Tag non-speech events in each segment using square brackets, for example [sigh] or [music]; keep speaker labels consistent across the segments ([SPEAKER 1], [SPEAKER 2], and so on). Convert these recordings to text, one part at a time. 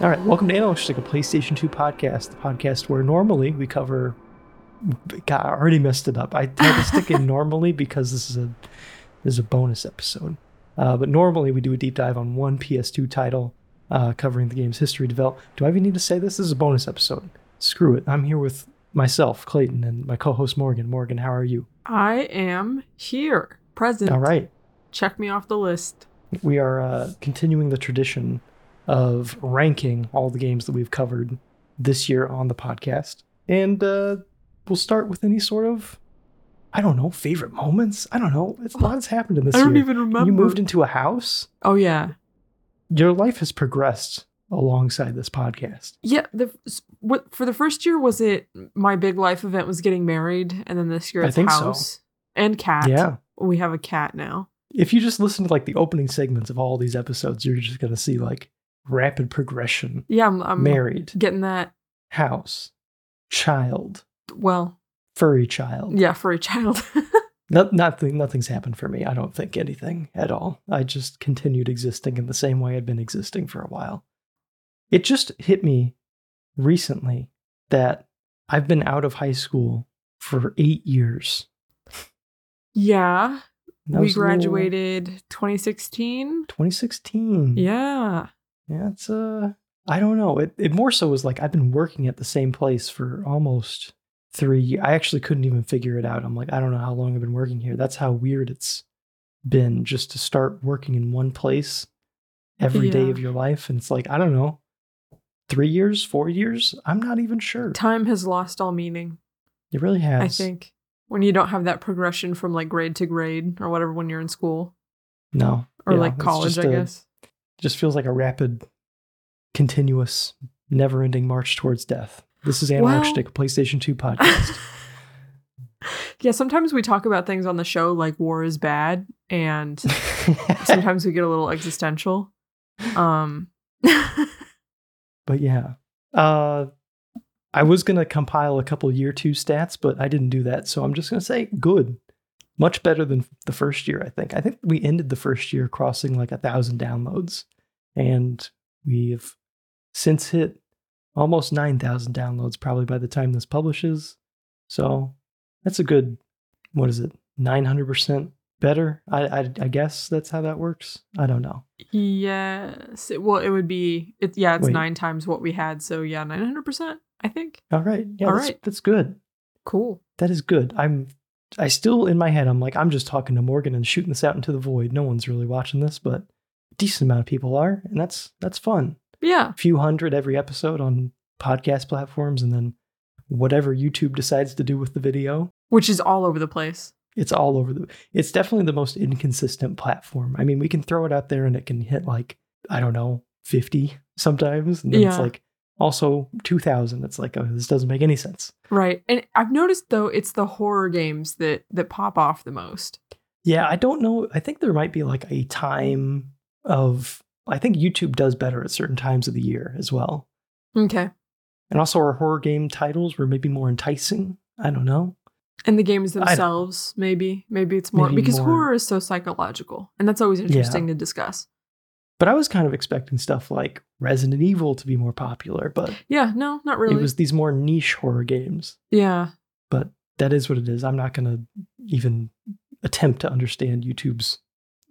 [SPEAKER 1] All right, welcome to Analytics, a PlayStation 2 podcast, the podcast where normally we cover. God, I already messed it up. I had to stick in normally because this is a this is a bonus episode. Uh, but normally we do a deep dive on one PS2 title, uh, covering the game's history, develop. Do I even need to say this? This is a bonus episode. Screw it. I'm here with myself, Clayton, and my co-host Morgan. Morgan, how are you?
[SPEAKER 2] I am here, present.
[SPEAKER 1] All right.
[SPEAKER 2] Check me off the list.
[SPEAKER 1] we are uh, continuing the tradition of ranking all the games that we've covered this year on the podcast. And uh, we'll start with any sort of, I don't know, favorite moments. I don't know. It's, a lot has happened in this
[SPEAKER 2] I don't
[SPEAKER 1] year.
[SPEAKER 2] even remember.
[SPEAKER 1] You moved into a house.
[SPEAKER 2] oh yeah,
[SPEAKER 1] Your life has progressed alongside this podcast.
[SPEAKER 2] yeah. The s- what for the first year was it my big life event was getting married, and then this year
[SPEAKER 1] I
[SPEAKER 2] it's
[SPEAKER 1] think so.
[SPEAKER 2] house and cat.
[SPEAKER 1] Yeah.
[SPEAKER 2] we have a cat now.
[SPEAKER 1] If you just listen to like the opening segments of all these episodes, you're just going to see like rapid progression.
[SPEAKER 2] Yeah, I'm, I'm
[SPEAKER 1] Married,
[SPEAKER 2] getting that.
[SPEAKER 1] house, child,
[SPEAKER 2] Well,
[SPEAKER 1] furry child.
[SPEAKER 2] yeah, for a child. [laughs]
[SPEAKER 1] No, nothing, nothing's happened for me. I don't think anything at all. I just continued existing in the same way I'd been existing for a while. It just hit me recently that I've been out of high school for eight years.
[SPEAKER 2] yeah,
[SPEAKER 1] And I
[SPEAKER 2] we
[SPEAKER 1] was a little-
[SPEAKER 2] graduated 2016.
[SPEAKER 1] 2016.
[SPEAKER 2] Yeah,
[SPEAKER 1] yeah, it's uh, I don't know. It it more so was like I've been working at the same place for almost three. ye- I actually couldn't even figure it out. I'm like, I don't know how long I've been working here. That's how weird it's been just to start working in one place every day
[SPEAKER 2] Yeah.
[SPEAKER 1] of your life. And it's like I don't know, three years, four years. I'm not even sure.
[SPEAKER 2] time has lost all meaning.
[SPEAKER 1] It really has.
[SPEAKER 2] I think when you don't have that progression from like grade to grade or whatever when you're in school
[SPEAKER 1] no,
[SPEAKER 2] or
[SPEAKER 1] Yeah,
[SPEAKER 2] like
[SPEAKER 1] it's
[SPEAKER 2] college,
[SPEAKER 1] just
[SPEAKER 2] I
[SPEAKER 1] a-
[SPEAKER 2] guess.
[SPEAKER 1] Just feels like a rapid, continuous, never-ending march towards death. This is
[SPEAKER 2] Well-
[SPEAKER 1] Analog Stick, a PlayStation Two [laughs] podcast.
[SPEAKER 2] yeah, sometimes we talk about things on the show like war is bad and sometimes we get a little existential.
[SPEAKER 1] [laughs]
[SPEAKER 2] Um
[SPEAKER 1] but yeah uh i was gonna compile a couple year two stats but i didn't do that so i'm just gonna say good much better than the first year i think i think we ended the first year crossing like a thousand downloads and we've since hit almost 9000 downloads probably by the time this publishes so that's a good what is it 900% better I, I i guess that's how that works i don't know
[SPEAKER 2] yes, it, well it would be it, yeah, it's
[SPEAKER 1] Wait.
[SPEAKER 2] 9 times what we had, so yeah, 900%, I think.
[SPEAKER 1] all right yeah
[SPEAKER 2] All
[SPEAKER 1] that's,
[SPEAKER 2] right.
[SPEAKER 1] that's good
[SPEAKER 2] Cool.
[SPEAKER 1] that is good. I'm I still in my head I'm like I'm just talking to Morgan and shooting this out into the void. No one's really watching this, but a decent amount of people are, and that's that's fun.
[SPEAKER 2] Yeah.
[SPEAKER 1] A few hundred every episode on podcast platforms and then whatever YouTube decides to do with the video.
[SPEAKER 2] Which is all over the place.
[SPEAKER 1] It's all over the it's definitely the most inconsistent platform. I mean, we can throw it out there and it can hit like I don't know, 50 sometimes and then it's
[SPEAKER 2] Yeah.
[SPEAKER 1] like also 2000. It's like oh, this doesn't make any sense.
[SPEAKER 2] Right. And I've noticed though it's the horror games that that pop off the most.
[SPEAKER 1] Yeah, I don't know. I think there might be like a time of. I think YouTube does better at certain times of the year as well.
[SPEAKER 2] Okay.
[SPEAKER 1] And also, our horror game titles were maybe more enticing. I don't know.
[SPEAKER 2] and the games
[SPEAKER 1] I don't know.
[SPEAKER 2] themselves maybe maybe it's more
[SPEAKER 1] Maybe
[SPEAKER 2] because
[SPEAKER 1] more-
[SPEAKER 2] horror is so psychological and that's always interesting to discuss
[SPEAKER 1] But I was kind of expecting stuff like Resident Evil to be more popular, but
[SPEAKER 2] yeah no not really
[SPEAKER 1] it was these more niche horror games.
[SPEAKER 2] yeah
[SPEAKER 1] But that is what it is. I'm not going to even attempt to understand YouTube's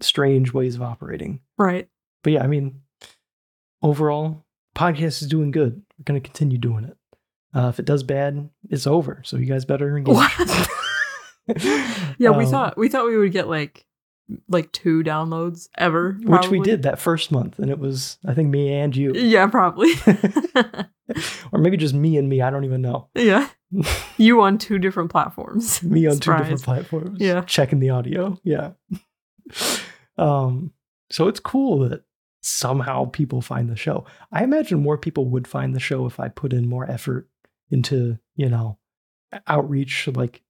[SPEAKER 1] strange ways of operating.
[SPEAKER 2] right
[SPEAKER 1] [laughs] But yeah, I mean, overall, podcast is doing good. We're going to continue doing it. Uh, if it does bad, it's over. So you guys better engage. [laughs]
[SPEAKER 2] What? [laughs] yeah we
[SPEAKER 1] Um,
[SPEAKER 2] thought we thought we would get like like two downloads ever
[SPEAKER 1] which we
[SPEAKER 2] probably.
[SPEAKER 1] did that first month, and it was I think me and
[SPEAKER 2] [laughs]
[SPEAKER 1] you,
[SPEAKER 2] yeah probably
[SPEAKER 1] or maybe just me and me. I don't even know. [laughs]
[SPEAKER 2] yeah you on two different platforms
[SPEAKER 1] me on two
[SPEAKER 2] Surprise.
[SPEAKER 1] different platforms.
[SPEAKER 2] Yeah.
[SPEAKER 1] checking the audio. Yeah. [laughs] um. So it's cool that somehow people find the show. I imagine more people would find the show if I put in more effort into you know outreach, like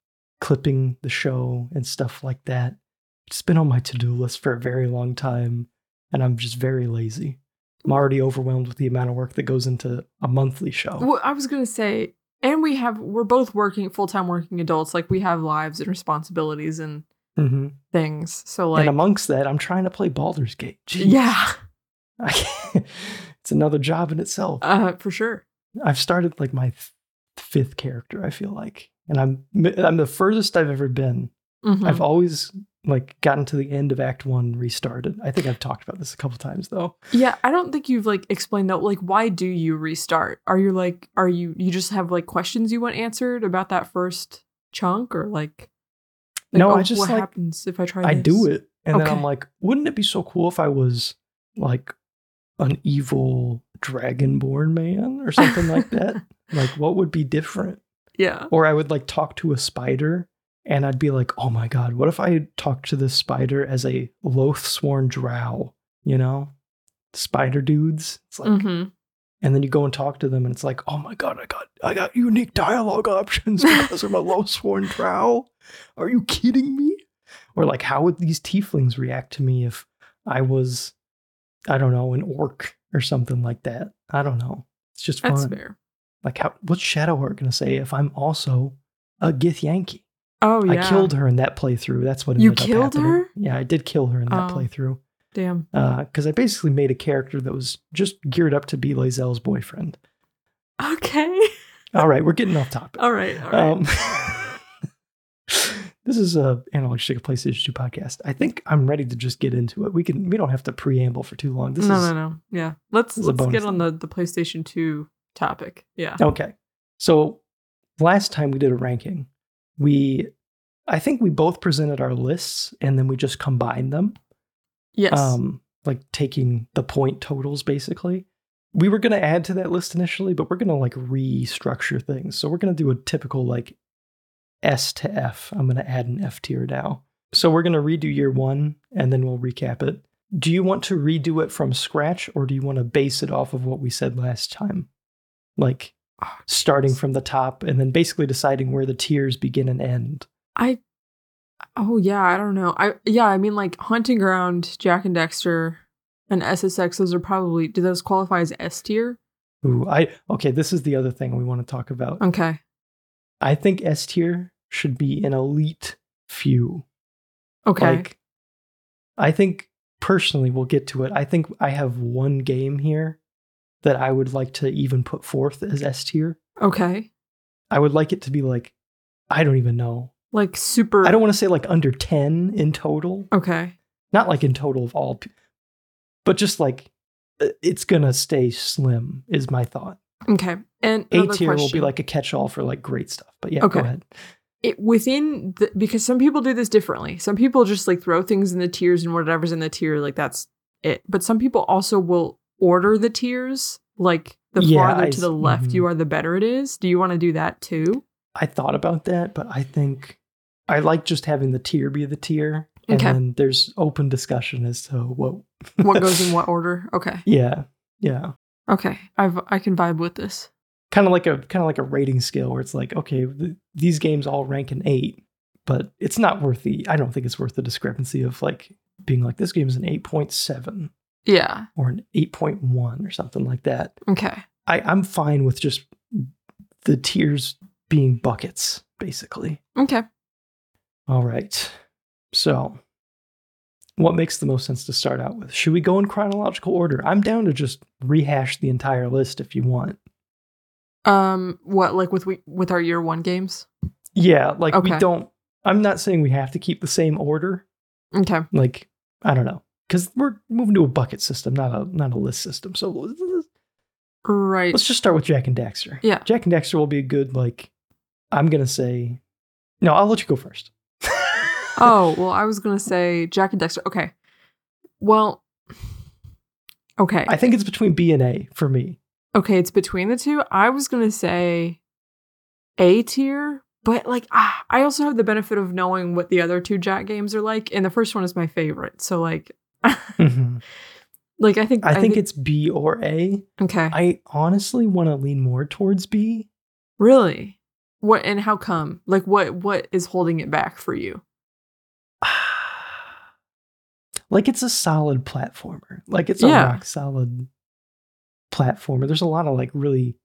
[SPEAKER 1] clipping the show and stuff like that. It's been on my to do list for a very long time, and I'm just very lazy. I'm already overwhelmed with the amount of work that goes into a monthly show.
[SPEAKER 2] well i was gonna say and we have we're both working full-time working adults like we have lives and responsibilities and
[SPEAKER 1] Mhm.
[SPEAKER 2] things so like
[SPEAKER 1] and amongst that, I'm trying to play Baldur's Gate. Jeez.
[SPEAKER 2] yeah [laughs]
[SPEAKER 1] I can't- [laughs] it's another job in itself.
[SPEAKER 2] Uh, for sure.
[SPEAKER 1] I've started like my th- fifth character. I feel like, and I'm I'm the furthest I've ever been.
[SPEAKER 2] Mhm.
[SPEAKER 1] I've always like gotten to the end of Act One, restarted. I think I've talked about this a couple times though.
[SPEAKER 2] Yeah, I don't think you've like explained that. Like, why do you restart? Are you like, are you you just have like questions you want answered about that first chunk, or like, like,
[SPEAKER 1] No, I
[SPEAKER 2] oh,
[SPEAKER 1] just,
[SPEAKER 2] what
[SPEAKER 1] like,
[SPEAKER 2] happens if I try?
[SPEAKER 1] I do
[SPEAKER 2] this?
[SPEAKER 1] it, and then I'm
[SPEAKER 2] Okay.
[SPEAKER 1] like, wouldn't it be so cool if I was like an evil dragonborn man or something like that? Like, what would be different?
[SPEAKER 2] Yeah,
[SPEAKER 1] Or I would like talk to a spider and I'd be like, oh my God, what if I talked to this spider as a loath sworn drow? You know, spider dudes. It's like,
[SPEAKER 2] hmm
[SPEAKER 1] and then you go and talk to them and it's like, oh my God, I got, I got unique dialogue options because I'm a loath sworn drow. Are you kidding me? Or like, how would these tieflings react to me if I was, I don't know, an orc or something like that? I don't know. It's just fun.
[SPEAKER 2] that's fair.
[SPEAKER 1] Like, how, what's Shadow Heart going to say if I'm also a Gith Yankee?
[SPEAKER 2] Oh yeah,
[SPEAKER 1] I killed her in that playthrough. That's what
[SPEAKER 2] You
[SPEAKER 1] ended up
[SPEAKER 2] killed
[SPEAKER 1] happening.
[SPEAKER 2] her?
[SPEAKER 1] Yeah, I did kill her in that
[SPEAKER 2] Oh.
[SPEAKER 1] playthrough
[SPEAKER 2] Damn. [laughs]
[SPEAKER 1] because I basically made a character that was just geared up to be Lazelle's boyfriend.
[SPEAKER 2] Okay.
[SPEAKER 1] All right, we're getting off topic.
[SPEAKER 2] all right. All right.
[SPEAKER 1] Um, [laughs] this is a analog stick of PlayStation 2 podcast. I think I'm ready to just get into it. We can we don't have to preamble for too long. This
[SPEAKER 2] no,
[SPEAKER 1] is
[SPEAKER 2] no, no. Yeah. Let's
[SPEAKER 1] this is a
[SPEAKER 2] let's
[SPEAKER 1] bonus
[SPEAKER 2] get on the the PlayStation Two topic. Yeah.
[SPEAKER 1] Okay. So last time we did a ranking, we I think we both presented our lists and then we just combined them.
[SPEAKER 2] Yes.
[SPEAKER 1] Um like taking the point totals basically. We were going to add to that list initially, but we're going to like restructure things. So we're going to do a typical like S to F. I'm going to add an F tier now. So we're going to redo year 1 and then we'll recap it. Do you want to redo it from scratch or do you want to base it off of what we said last time? Like
[SPEAKER 2] Oh,
[SPEAKER 1] starting from the top and then basically deciding where the tiers begin and end.
[SPEAKER 2] I oh yeah, I don't know. I yeah, I mean like Hunting Ground, Jack and Dexter, and SSX, those are probably do those qualify as S tier?
[SPEAKER 1] Ooh, I okay, this is the other thing we want to talk about.
[SPEAKER 2] Okay.
[SPEAKER 1] I think S tier should be an elite few.
[SPEAKER 2] Okay.
[SPEAKER 1] Like I think personally we'll get to it. I think I have one game here that I would like to even put forth as S tier.
[SPEAKER 2] okay.
[SPEAKER 1] I would like it to be like I don't even know.
[SPEAKER 2] Like super
[SPEAKER 1] I don't want to say like under 10 in total,
[SPEAKER 2] Okay.
[SPEAKER 1] not like in total of all, pe- but just like uh, it's gonna stay slim is my thought.
[SPEAKER 2] Okay. And
[SPEAKER 1] A
[SPEAKER 2] another
[SPEAKER 1] tier will be
[SPEAKER 2] question.
[SPEAKER 1] like a catch-all for like great stuff. But yeah,
[SPEAKER 2] Okay.
[SPEAKER 1] go ahead.
[SPEAKER 2] it within the, because some people do this differently. Some people just like throw things in the tiers and whatever's in the tier, like that's it. But some people also will order the tiers, like the
[SPEAKER 1] Yeah,
[SPEAKER 2] farther
[SPEAKER 1] I
[SPEAKER 2] to the
[SPEAKER 1] s-
[SPEAKER 2] left
[SPEAKER 1] mhm.
[SPEAKER 2] you are, the better it is. Do you want to do that too?
[SPEAKER 1] I thought about that, but I think I like just having the tier be the tier, and
[SPEAKER 2] Okay.
[SPEAKER 1] then there's open discussion as to what [laughs]
[SPEAKER 2] What goes in what order? Okay.
[SPEAKER 1] Yeah, yeah.
[SPEAKER 2] Okay. I've I can vibe with this.
[SPEAKER 1] Kind of like a kind of like a rating scale where it's like, okay, th- these games all rank an eight, but it's not worth the. I don't think it's worth the discrepancy of like being like this game is an eight point seven
[SPEAKER 2] Yeah.
[SPEAKER 1] or an eight point one or something like that.
[SPEAKER 2] Okay.
[SPEAKER 1] I, I'm fine with just the tiers being buckets, basically.
[SPEAKER 2] Okay.
[SPEAKER 1] All right. So, what makes the most sense to start out with? Should we go in chronological order? I'm down to just rehash the entire list if you want.
[SPEAKER 2] Um what like with we with our year 1 games?
[SPEAKER 1] Yeah, like we
[SPEAKER 2] Okay.
[SPEAKER 1] don't, I'm not saying we have to keep the same order.
[SPEAKER 2] Okay.
[SPEAKER 1] Like, I don't know. Because we're moving to a bucket system, not a not a list system. So
[SPEAKER 2] Right.
[SPEAKER 1] let's just start with Jack and Daxter.
[SPEAKER 2] Yeah.
[SPEAKER 1] Jack and Daxter will be a good like. I'm gonna say, no. I'll let you go first. [laughs]
[SPEAKER 2] [laughs] oh well i was gonna say jack and dexter okay well okay
[SPEAKER 1] I think it's between B and A for me.
[SPEAKER 2] okay it's between the two i was gonna say a tier but like ah, i also have the benefit of knowing what the other two jack games are like and the first one is my favorite so like [laughs]
[SPEAKER 1] Mhm.
[SPEAKER 2] like i think
[SPEAKER 1] I think it's B or A.
[SPEAKER 2] okay
[SPEAKER 1] I honestly want to lean more towards B. [sighs]
[SPEAKER 2] really what and how come like what what is holding it back for you
[SPEAKER 1] like it's a solid platformer. Like it's a
[SPEAKER 2] Yeah.
[SPEAKER 1] rock solid platformer. There's a lot of like really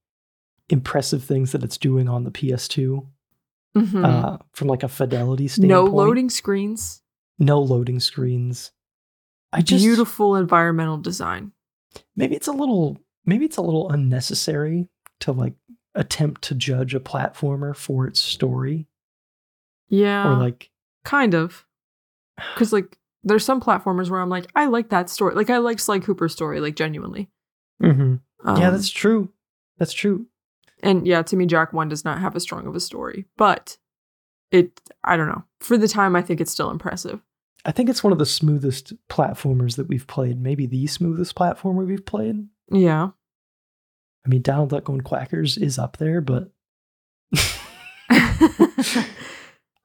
[SPEAKER 1] impressive things that it's doing on the PS2
[SPEAKER 2] Mhm.
[SPEAKER 1] uh, from like a fidelity
[SPEAKER 2] no
[SPEAKER 1] standpoint.
[SPEAKER 2] loading screens
[SPEAKER 1] No loading screens. I just
[SPEAKER 2] beautiful environmental design
[SPEAKER 1] maybe it's a little maybe it's a little unnecessary to like attempt to judge a platformer for its story
[SPEAKER 2] Yeah.
[SPEAKER 1] or like
[SPEAKER 2] kind of. Because
[SPEAKER 1] [sighs]
[SPEAKER 2] like there's some platformers where I'm like, I like that story. Like I like Sly Cooper's story, like genuinely. Um,
[SPEAKER 1] mm-hmm. yeah that's true that's true
[SPEAKER 2] and yeah, to me, Jack One does not have as strong of a story, but it. I don't know. For the time, I think it's still impressive.
[SPEAKER 1] i think it's one of the smoothest platformers that we've played maybe the smoothest platformer we've played [laughs]
[SPEAKER 2] Yeah.
[SPEAKER 1] i mean donald duck going quackers is up there but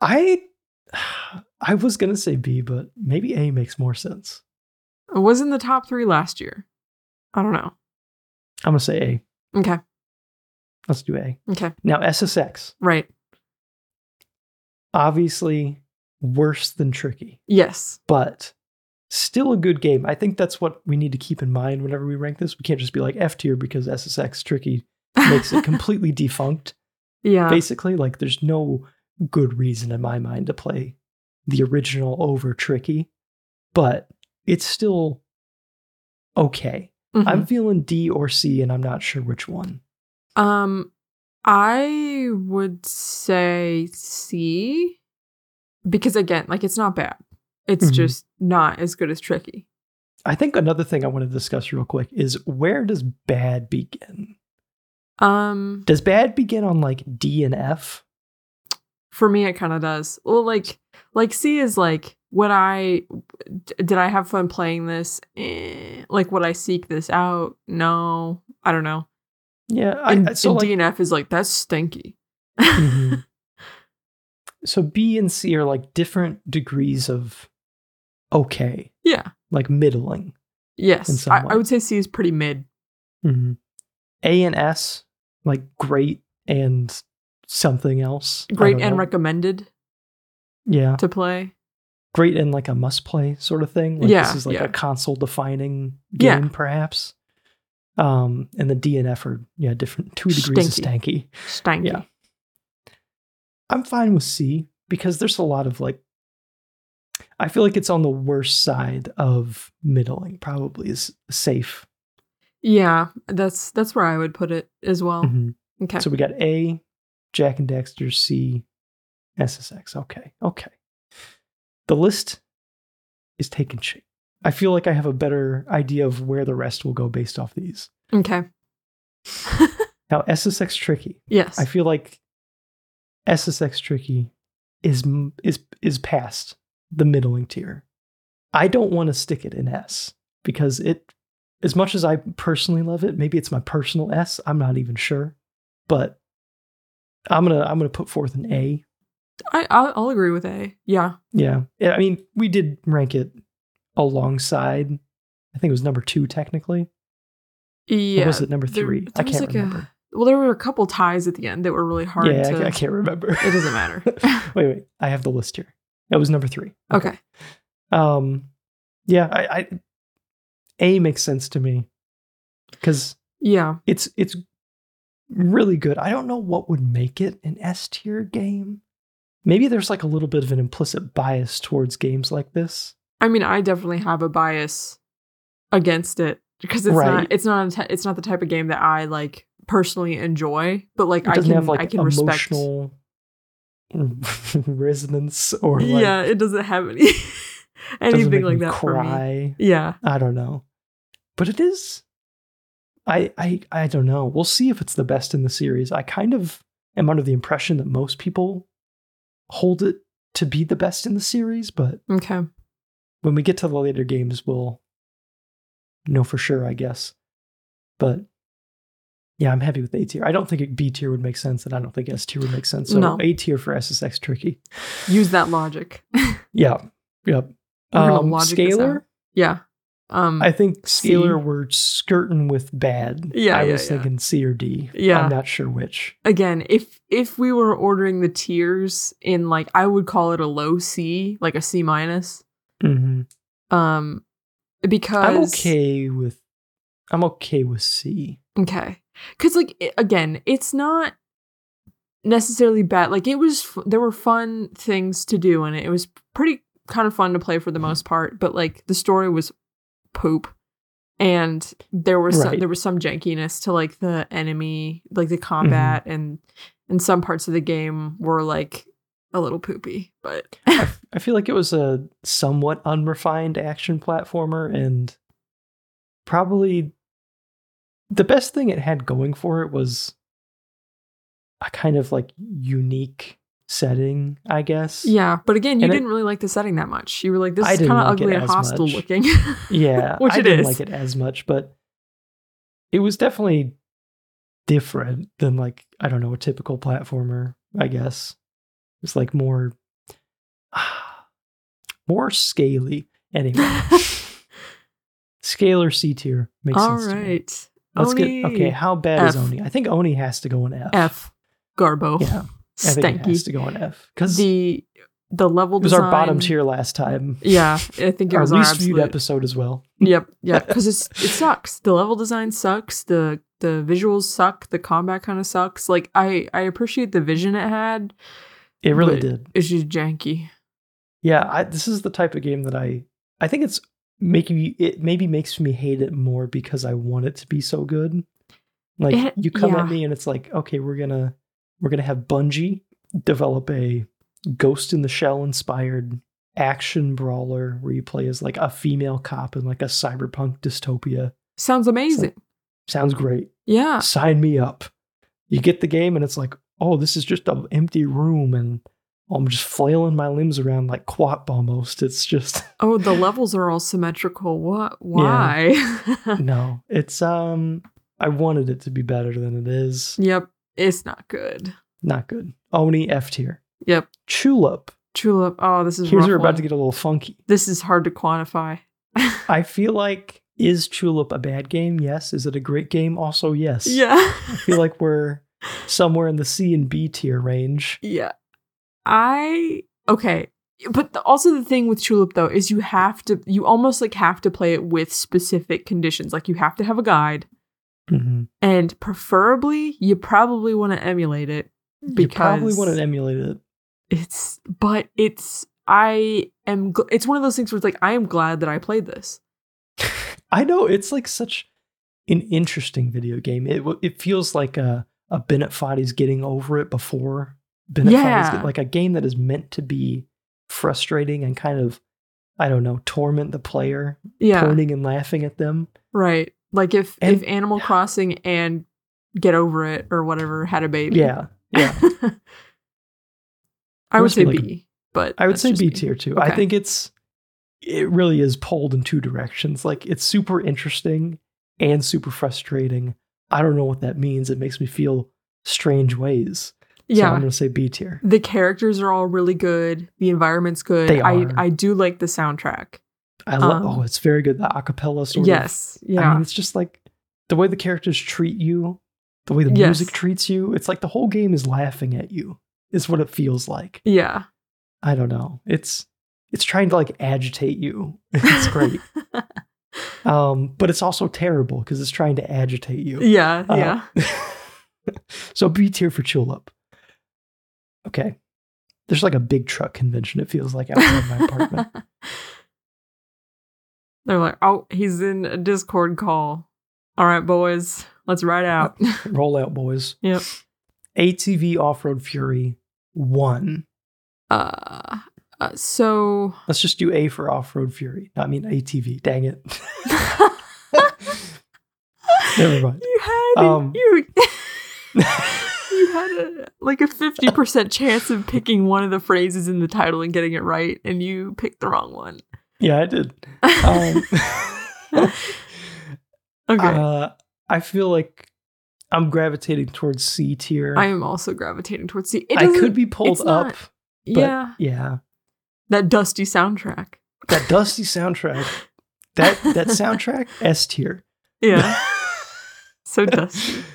[SPEAKER 1] i [sighs] i was gonna say b but maybe a makes more sense
[SPEAKER 2] It was in the top three last year. I don't know.
[SPEAKER 1] i'm gonna say a
[SPEAKER 2] Okay.
[SPEAKER 1] let's do a
[SPEAKER 2] Okay.
[SPEAKER 1] now ssx
[SPEAKER 2] Right.
[SPEAKER 1] obviously worse than tricky
[SPEAKER 2] Yes.
[SPEAKER 1] but still a good game. I think that's what we need to keep in mind whenever we rank this. We can't just be like F tier because SSX tricky makes
[SPEAKER 2] [laughs]
[SPEAKER 1] it completely defunct.
[SPEAKER 2] yeah.
[SPEAKER 1] Basically, like there's no good reason in my mind to play the original over tricky, but it's still okay.
[SPEAKER 2] Mhm.
[SPEAKER 1] I'm feeling D or C, and I'm not sure which one.
[SPEAKER 2] Um, I would say C, because again, like it's not bad. It's
[SPEAKER 1] Mhm.
[SPEAKER 2] just not as good as tricky.
[SPEAKER 1] I think another thing I want to discuss real quick is where does bad begin?
[SPEAKER 2] Um,
[SPEAKER 1] Does bad begin on like D and F?
[SPEAKER 2] for me, it kind of does. Well, like, like C is like, would I, d- did I have fun playing this? Eh, like, would I seek this out? No, I don't know.
[SPEAKER 1] Yeah, I-
[SPEAKER 2] And,
[SPEAKER 1] I, so
[SPEAKER 2] and
[SPEAKER 1] like,
[SPEAKER 2] DNF is like that's stinky.
[SPEAKER 1] Mhm. so B and C are like different degrees of okay,
[SPEAKER 2] [laughs] yeah.
[SPEAKER 1] like middling. In
[SPEAKER 2] Yes,
[SPEAKER 1] some
[SPEAKER 2] I, I
[SPEAKER 1] way.
[SPEAKER 2] would say C is pretty mid.
[SPEAKER 1] A and S, like great and something else. I
[SPEAKER 2] Great
[SPEAKER 1] don't
[SPEAKER 2] and
[SPEAKER 1] know.
[SPEAKER 2] recommended
[SPEAKER 1] yeah,
[SPEAKER 2] to play.
[SPEAKER 1] great and like a must play sort of thing. Like
[SPEAKER 2] Yeah,
[SPEAKER 1] this is like
[SPEAKER 2] yeah.
[SPEAKER 1] a console defining
[SPEAKER 2] Yeah.
[SPEAKER 1] game, perhaps. Um, and the D and F are yeah different two degrees of stanky.
[SPEAKER 2] Stanky.
[SPEAKER 1] Yeah. I'm fine with C because there's a lot of like I feel like it's on the worse side of middling, probably is safe.
[SPEAKER 2] Yeah, that's that's where I would put it as well.
[SPEAKER 1] Mhm.
[SPEAKER 2] Oh, Okay.
[SPEAKER 1] So we got A, Jack and Dexter, C, SSX. Okay. Okay. The list is taking shape. I feel like I have a better idea of where the rest will go based off these.
[SPEAKER 2] okay. [laughs]
[SPEAKER 1] Now, SSX Tricky.
[SPEAKER 2] Yes.
[SPEAKER 1] I feel like SSX Tricky is m- is is past the middling tier. I don't want to stick it in S because it, as much as I personally love it, maybe it's my personal S. I'm not even sure, but I'm gonna I'm gonna put forth an A.
[SPEAKER 2] I, I'll, I'll agree with A. Yeah.
[SPEAKER 1] Yeah, Yeah, I mean we did rank it alongside. I think it was number two technically.
[SPEAKER 2] Yeah.
[SPEAKER 1] Or was it number
[SPEAKER 2] There-
[SPEAKER 1] three? I
[SPEAKER 2] there was
[SPEAKER 1] can't
[SPEAKER 2] like a-
[SPEAKER 1] remember.
[SPEAKER 2] well, there were a couple ties at the end that were really hard
[SPEAKER 1] yeah, I-
[SPEAKER 2] to.
[SPEAKER 1] I can't remember.
[SPEAKER 2] It
[SPEAKER 1] [laughs]
[SPEAKER 2] doesn't matter.
[SPEAKER 1] wait, wait. I have the list here. That was number three.
[SPEAKER 2] okay.
[SPEAKER 1] Um, yeah, I, I A makes sense to me because
[SPEAKER 2] Yeah.
[SPEAKER 1] it's it's really good. I don't know what would make it an S tier game. Maybe there's like a little bit of an implicit bias towards games like this.
[SPEAKER 2] I mean, I definitely have a bias against it because it's
[SPEAKER 1] Right.
[SPEAKER 2] not it's not a t- it's not the type of game that I like personally enjoy. But like
[SPEAKER 1] It
[SPEAKER 2] I
[SPEAKER 1] doesn't
[SPEAKER 2] can
[SPEAKER 1] have like
[SPEAKER 2] I can respect.
[SPEAKER 1] emotional [laughs] resonance or like
[SPEAKER 2] yeah, it doesn't have any [laughs]
[SPEAKER 1] doesn't
[SPEAKER 2] anything
[SPEAKER 1] make
[SPEAKER 2] like
[SPEAKER 1] me
[SPEAKER 2] that for me.
[SPEAKER 1] cry.
[SPEAKER 2] Yeah.
[SPEAKER 1] I don't know. But it is I I I don't know. We'll see if it's the best in the series. I kind of am under the impression that most people hold it to be the best in the series, but
[SPEAKER 2] Okay.
[SPEAKER 1] when we get to the later games we'll know for sure, I guess. But yeah, I'm happy with A tier. I don't think B tier would make sense, and I don't think S tier would make sense. So
[SPEAKER 2] No.
[SPEAKER 1] A tier for SSX tricky.
[SPEAKER 2] Use that logic.
[SPEAKER 1] Yeah. Yep.
[SPEAKER 2] We're gonna
[SPEAKER 1] Um,
[SPEAKER 2] logic this out.
[SPEAKER 1] scalar.
[SPEAKER 2] yeah. Um
[SPEAKER 1] I think
[SPEAKER 2] C.
[SPEAKER 1] Scalar were skirting with bad.
[SPEAKER 2] Yeah,
[SPEAKER 1] I
[SPEAKER 2] yeah,
[SPEAKER 1] was
[SPEAKER 2] yeah.
[SPEAKER 1] thinking C or D.
[SPEAKER 2] Yeah.
[SPEAKER 1] I'm not sure which.
[SPEAKER 2] again, if if we were ordering the tiers in like I would call it a low C, like a C minus. Um because
[SPEAKER 1] Mm-hmm. I'm okay with. I'm okay with C.
[SPEAKER 2] Okay. Cuz like i again, it's not necessarily bad. Like it was f- there were fun things to do in it. It was pretty kind of fun to play for the most part, but like the story was poop. and there was some,
[SPEAKER 1] Right. Mm-hmm.
[SPEAKER 2] there was some jankiness to like the enemy, like the combat, and and some parts of the game were like a little poopy,
[SPEAKER 1] [laughs]
[SPEAKER 2] but
[SPEAKER 1] I feel like it was a somewhat unrefined action platformer and probably the best thing it had going for it was a kind of like unique setting, I guess.
[SPEAKER 2] yeah. But again, you
[SPEAKER 1] And it-
[SPEAKER 2] didn't really like the setting that much. You were like, this
[SPEAKER 1] I
[SPEAKER 2] is kind
[SPEAKER 1] didn't
[SPEAKER 2] of
[SPEAKER 1] like it
[SPEAKER 2] ugly and
[SPEAKER 1] as
[SPEAKER 2] hostile
[SPEAKER 1] much.
[SPEAKER 2] looking.
[SPEAKER 1] Yeah.
[SPEAKER 2] Which
[SPEAKER 1] I
[SPEAKER 2] it
[SPEAKER 1] didn't
[SPEAKER 2] is.
[SPEAKER 1] like it as much, but it was definitely different than like, I don't know, a typical platformer, I guess. It's like more [sighs] more scaly. Anyway.
[SPEAKER 2] [laughs]
[SPEAKER 1] Scalar C tier makes
[SPEAKER 2] [laughs] All
[SPEAKER 1] sense. to me.
[SPEAKER 2] right,
[SPEAKER 1] Let's
[SPEAKER 2] Oni.
[SPEAKER 1] get okay. How bad is
[SPEAKER 2] F.
[SPEAKER 1] Oni? I think Oni has to go in F.
[SPEAKER 2] F Garbo.
[SPEAKER 1] Yeah, I think it has
[SPEAKER 2] Stanky.
[SPEAKER 1] to go in F because it
[SPEAKER 2] The the level
[SPEAKER 1] was
[SPEAKER 2] design.
[SPEAKER 1] our bottom tier last time.
[SPEAKER 2] Yeah, I think it
[SPEAKER 1] our
[SPEAKER 2] was
[SPEAKER 1] least
[SPEAKER 2] our
[SPEAKER 1] viewed
[SPEAKER 2] absolute-
[SPEAKER 1] episode as well.
[SPEAKER 2] [laughs] Yep, yeah, because it's it sucks. The level design sucks. The the visuals suck. The combat kind of sucks. Like I I appreciate the vision it had.
[SPEAKER 1] It really
[SPEAKER 2] But-
[SPEAKER 1] did.
[SPEAKER 2] It's just janky.
[SPEAKER 1] Yeah, I, this is the type of game that I I think it's making me it maybe makes me hate it more because I want it to be so good. Like
[SPEAKER 2] It-
[SPEAKER 1] you come at
[SPEAKER 2] yeah.
[SPEAKER 1] me and it's like, okay, we're gonna we're gonna have Bungie develop a Ghost in the Shell inspired action brawler where you play as like a female cop in like a cyberpunk dystopia.
[SPEAKER 2] Sounds amazing.
[SPEAKER 1] Sounds great.
[SPEAKER 2] yeah,
[SPEAKER 1] Sign me up. You get the game and it's like, oh, this is just an empty room and I'm just flailing my limbs around like quap almost. It's just [laughs]
[SPEAKER 2] Oh, the levels are all symmetrical. What? Why? [laughs]
[SPEAKER 1] no it's um i wanted it to be better than it is
[SPEAKER 2] yep, it's not good.
[SPEAKER 1] not good oni f tier
[SPEAKER 2] Yep,
[SPEAKER 1] tulip
[SPEAKER 2] tulip. Oh, this is.
[SPEAKER 1] here's where
[SPEAKER 2] rough
[SPEAKER 1] we're
[SPEAKER 2] one.
[SPEAKER 1] about to get a little funky
[SPEAKER 2] This is hard to quantify.
[SPEAKER 1] i feel like is tulip a bad game yes is it a great game also yes
[SPEAKER 2] Yeah, [laughs]
[SPEAKER 1] i feel like we're somewhere in the c and b tier range
[SPEAKER 2] yeah. I okay, but the, also the thing with tulip though is you have to, you almost like have to play it with specific conditions. Like you have to have a guide,
[SPEAKER 1] Mhm.
[SPEAKER 2] and preferably you probably want to emulate it because
[SPEAKER 1] you probably want to emulate it
[SPEAKER 2] it's but it's i am gl- it's one of those things where it's like i am glad that i played this
[SPEAKER 1] i know it's like such an interesting video game it, w- it feels like a, a Bennett Foddy's getting over it before Bennett Foddy's
[SPEAKER 2] Yeah.
[SPEAKER 1] get- like a game that is meant to be frustrating and kind of I don't know torment the player,
[SPEAKER 2] yeah
[SPEAKER 1] pointing and laughing at them.
[SPEAKER 2] right like if
[SPEAKER 1] And-
[SPEAKER 2] if
[SPEAKER 1] [sighs]
[SPEAKER 2] animal crossing and get over it or whatever had a baby
[SPEAKER 1] Yeah, yeah.
[SPEAKER 2] [laughs] i would
[SPEAKER 1] Must
[SPEAKER 2] say
[SPEAKER 1] be like a-
[SPEAKER 2] b but
[SPEAKER 1] I would
[SPEAKER 2] that's
[SPEAKER 1] say
[SPEAKER 2] just
[SPEAKER 1] B
[SPEAKER 2] me.
[SPEAKER 1] tier too. I
[SPEAKER 2] Okay.
[SPEAKER 1] think it's it really is pulled in two directions. Like it's super interesting and super frustrating. I don't know what that means. It makes me feel strange ways. So I'm
[SPEAKER 2] yeah
[SPEAKER 1] going to say B tier.
[SPEAKER 2] the characters are all really good the environment's good
[SPEAKER 1] They
[SPEAKER 2] i
[SPEAKER 1] are.
[SPEAKER 2] i do like the soundtrack
[SPEAKER 1] I love.
[SPEAKER 2] Um,
[SPEAKER 1] oh, it's very good. The acapella sort of
[SPEAKER 2] yes
[SPEAKER 1] I
[SPEAKER 2] yeah
[SPEAKER 1] mean, it's just like the way the characters treat you, the way the
[SPEAKER 2] Yes.
[SPEAKER 1] music treats you. It's like the whole game is laughing at you. Is what it feels like.
[SPEAKER 2] yeah
[SPEAKER 1] I don't know. It's it's trying to like agitate you. [laughs] It's great, um, but it's also terrible because it's trying to agitate you.
[SPEAKER 2] [laughs] yeah
[SPEAKER 1] Uh,
[SPEAKER 2] yeah
[SPEAKER 1] [laughs] so B tier for Tulip. Okay, there's like a big truck convention. It feels like outside
[SPEAKER 2] [laughs]
[SPEAKER 1] my apartment.
[SPEAKER 2] They're like, oh, he's in a Discord call. All right, boys, let's ride out.
[SPEAKER 1] [laughs] Roll out, boys.
[SPEAKER 2] Yep.
[SPEAKER 1] ATV Off Road Fury one.
[SPEAKER 2] uh, uh, so [laughs]
[SPEAKER 1] Let's just do A for Off Road Fury. I mean ATV. Dang it. [laughs]
[SPEAKER 2] you
[SPEAKER 1] Never
[SPEAKER 2] [laughs]
[SPEAKER 1] mind.
[SPEAKER 2] had an-
[SPEAKER 1] Um.
[SPEAKER 2] you you had a, like a fifty percent chance of picking one of the phrases in the title and getting it right, and you picked the wrong one.
[SPEAKER 1] yeah, I did. Um,
[SPEAKER 2] [laughs]
[SPEAKER 1] [laughs]
[SPEAKER 2] okay,
[SPEAKER 1] uh, I feel like I'm gravitating towards C tier.
[SPEAKER 2] I am also gravitating towards C. It
[SPEAKER 1] I
[SPEAKER 2] doesn't-
[SPEAKER 1] could be pulled
[SPEAKER 2] it's not-
[SPEAKER 1] up. but-
[SPEAKER 2] yeah,
[SPEAKER 1] Yeah.
[SPEAKER 2] that dusty soundtrack.
[SPEAKER 1] That dusty soundtrack. That that
[SPEAKER 2] [laughs]
[SPEAKER 1] soundtrack S tier.
[SPEAKER 2] Yeah, so dusty.
[SPEAKER 1] [laughs]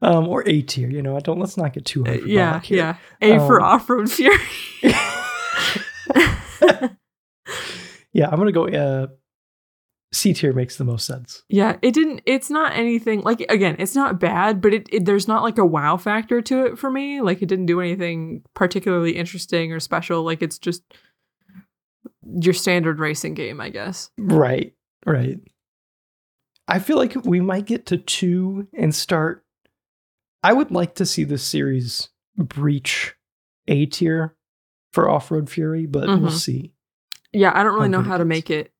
[SPEAKER 1] Um, or A tier, you know. I don't let's not get too
[SPEAKER 2] Uh,
[SPEAKER 1] hyperbolic
[SPEAKER 2] yeah,
[SPEAKER 1] here.
[SPEAKER 2] yeah. A for
[SPEAKER 1] Um,
[SPEAKER 2] off road fury. [laughs]
[SPEAKER 1] Yeah, I'm gonna go uh C tier makes the most sense.
[SPEAKER 2] yeah, it didn't. It's not anything like again. It's not bad, but it, it there's not like a wow factor to it for me. Like it didn't do anything particularly interesting or special. Like it's just your standard racing game, I guess.
[SPEAKER 1] Right, right. I feel like we might get to two and start. I would like to see this series breach A tier for Off Road Fury, but we'll
[SPEAKER 2] Mhm.
[SPEAKER 1] see.
[SPEAKER 2] Yeah, I don't really
[SPEAKER 1] How
[SPEAKER 2] know
[SPEAKER 1] good
[SPEAKER 2] how
[SPEAKER 1] it
[SPEAKER 2] to
[SPEAKER 1] is.
[SPEAKER 2] make it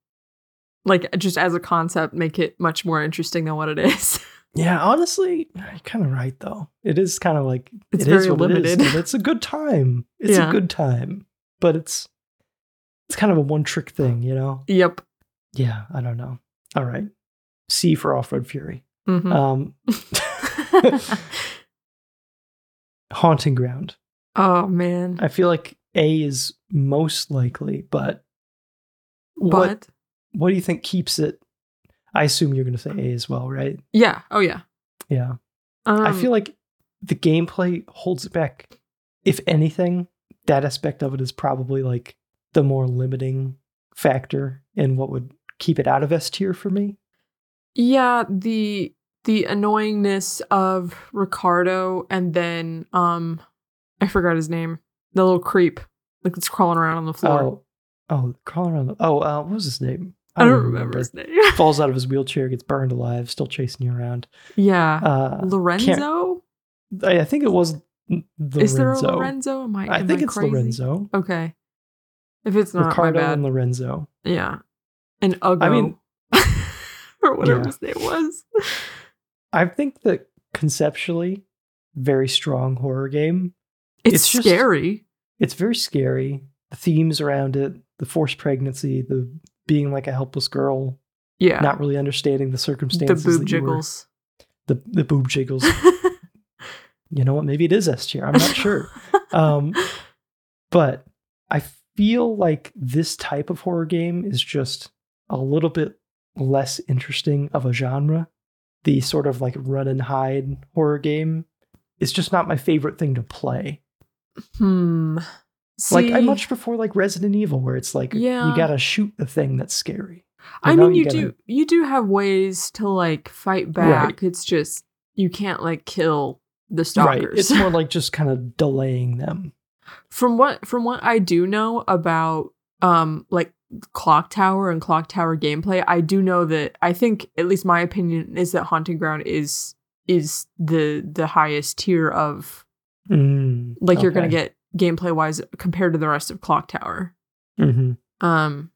[SPEAKER 2] like just as a concept make it much more interesting than what it is. [laughs]
[SPEAKER 1] Yeah, honestly, you're kind of right though. It is kind of like
[SPEAKER 2] It's
[SPEAKER 1] it is
[SPEAKER 2] very
[SPEAKER 1] what it is,
[SPEAKER 2] limited.
[SPEAKER 1] and it's a good time. It's
[SPEAKER 2] Yeah.
[SPEAKER 1] a good time, but it's it's kind of a one trick thing, you know.
[SPEAKER 2] yep.
[SPEAKER 1] Yeah, I don't know. All right, C for Off Road Fury.
[SPEAKER 2] hmm
[SPEAKER 1] Um, Uh,
[SPEAKER 2] [laughs]
[SPEAKER 1] [laughs] Haunting Ground.
[SPEAKER 2] oh man.
[SPEAKER 1] I feel like A is most likely, but what
[SPEAKER 2] But
[SPEAKER 1] what do you think keeps it? I assume you're going to say A as well, right?
[SPEAKER 2] yeah. Oh yeah.
[SPEAKER 1] Yeah.
[SPEAKER 2] Um,
[SPEAKER 1] I feel like the gameplay holds it back. If anything, that aspect of it is probably like the more limiting factor in what would keep it out of S tier for me.
[SPEAKER 2] yeah the the annoyingness of Ricardo and then um I forgot his name the little creep like it's crawling around on the floor.
[SPEAKER 1] Oh, oh, crawling around. The, oh, uh, what was his name?
[SPEAKER 2] I don't remember his name. [laughs]
[SPEAKER 1] Falls out of his wheelchair, gets burned alive, still chasing you around.
[SPEAKER 2] yeah.
[SPEAKER 1] Uh,
[SPEAKER 2] Lorenzo?
[SPEAKER 1] I, I think it was Lorenzo.
[SPEAKER 2] Is there a Lorenzo? Am I?
[SPEAKER 1] I
[SPEAKER 2] am
[SPEAKER 1] think
[SPEAKER 2] I
[SPEAKER 1] it's
[SPEAKER 2] crazy?
[SPEAKER 1] Lorenzo.
[SPEAKER 2] Okay. If it's not
[SPEAKER 1] Ricardo
[SPEAKER 2] my bad.
[SPEAKER 1] and Lorenzo.
[SPEAKER 2] Yeah. An Ugo.
[SPEAKER 1] I mean-
[SPEAKER 2] [laughs] or whatever
[SPEAKER 1] Yeah.
[SPEAKER 2] his name was.
[SPEAKER 1] I think that conceptually, very strong horror game.
[SPEAKER 2] It's,
[SPEAKER 1] It's just-
[SPEAKER 2] scary.
[SPEAKER 1] It's very scary. The themes around it, the forced pregnancy, the being like a helpless girl,
[SPEAKER 2] Yeah.
[SPEAKER 1] not really understanding the
[SPEAKER 2] the
[SPEAKER 1] circumstances.
[SPEAKER 2] boob
[SPEAKER 1] that you were-
[SPEAKER 2] jiggles.
[SPEAKER 1] the, the boob jiggles.
[SPEAKER 2] [laughs]
[SPEAKER 1] you know what? Maybe it is S tier. I'm not sure. Um, but I feel like this type of horror game is just a little bit less interesting of a genre. The sort of like run and hide horror game is just not my favorite thing to play.
[SPEAKER 2] hmm.
[SPEAKER 1] like I
[SPEAKER 2] See,
[SPEAKER 1] much prefer like Resident Evil, where it's like
[SPEAKER 2] Yeah.
[SPEAKER 1] you gotta shoot the thing that's scary.
[SPEAKER 2] I
[SPEAKER 1] know
[SPEAKER 2] mean you
[SPEAKER 1] gotta-
[SPEAKER 2] do you do have ways to like fight back. It's just you can't like kill the
[SPEAKER 1] Right.
[SPEAKER 2] stalkers.
[SPEAKER 1] It's more like just kind of delaying them.
[SPEAKER 2] [laughs] from what from what I do know about um like clock tower and clock tower gameplay, I do know that I think at least my opinion is that haunting ground is is the the highest tier of
[SPEAKER 1] Mm,
[SPEAKER 2] like you're gonna
[SPEAKER 1] okay.
[SPEAKER 2] get gameplay wise compared to the rest of clock tower.
[SPEAKER 1] Mhm.
[SPEAKER 2] Um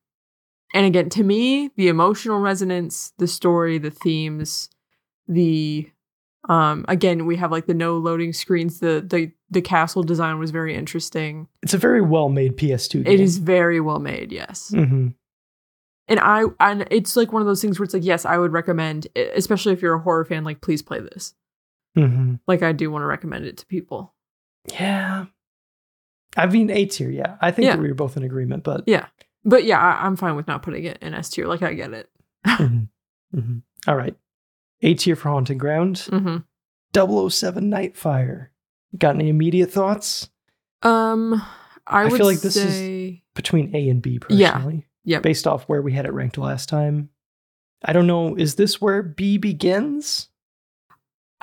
[SPEAKER 2] and again to me the emotional resonance, the story, the themes, the um again we have like the no loading screens, the the the castle design was very interesting.
[SPEAKER 1] It's a very well made PS2 game.
[SPEAKER 2] It is very well made, yes.
[SPEAKER 1] hmm
[SPEAKER 2] And I and it's like one of those things where it's like, yes, I would recommend, e, especially if you're a horror fan, like please play this.
[SPEAKER 1] hmm
[SPEAKER 2] Like I do want to recommend it to people.
[SPEAKER 1] Yeah. I mean, A tier, yeah. I think
[SPEAKER 2] Yeah.
[SPEAKER 1] that we were both in agreement, but.
[SPEAKER 2] Yeah. But yeah, I, I'm fine with not putting it in S tier. Like I get it.
[SPEAKER 1] [laughs] Mhm. Mhm. All right. A tier for Haunted oh Ground,
[SPEAKER 2] hmm
[SPEAKER 1] 007 Nightfire. Got any immediate thoughts
[SPEAKER 2] Um, I,
[SPEAKER 1] I
[SPEAKER 2] would
[SPEAKER 1] feel like this is-
[SPEAKER 2] say
[SPEAKER 1] between A and B
[SPEAKER 2] Yeah.
[SPEAKER 1] personally?
[SPEAKER 2] Yep.
[SPEAKER 1] Based off where we had it ranked last time. I don't know. Is this where B begins?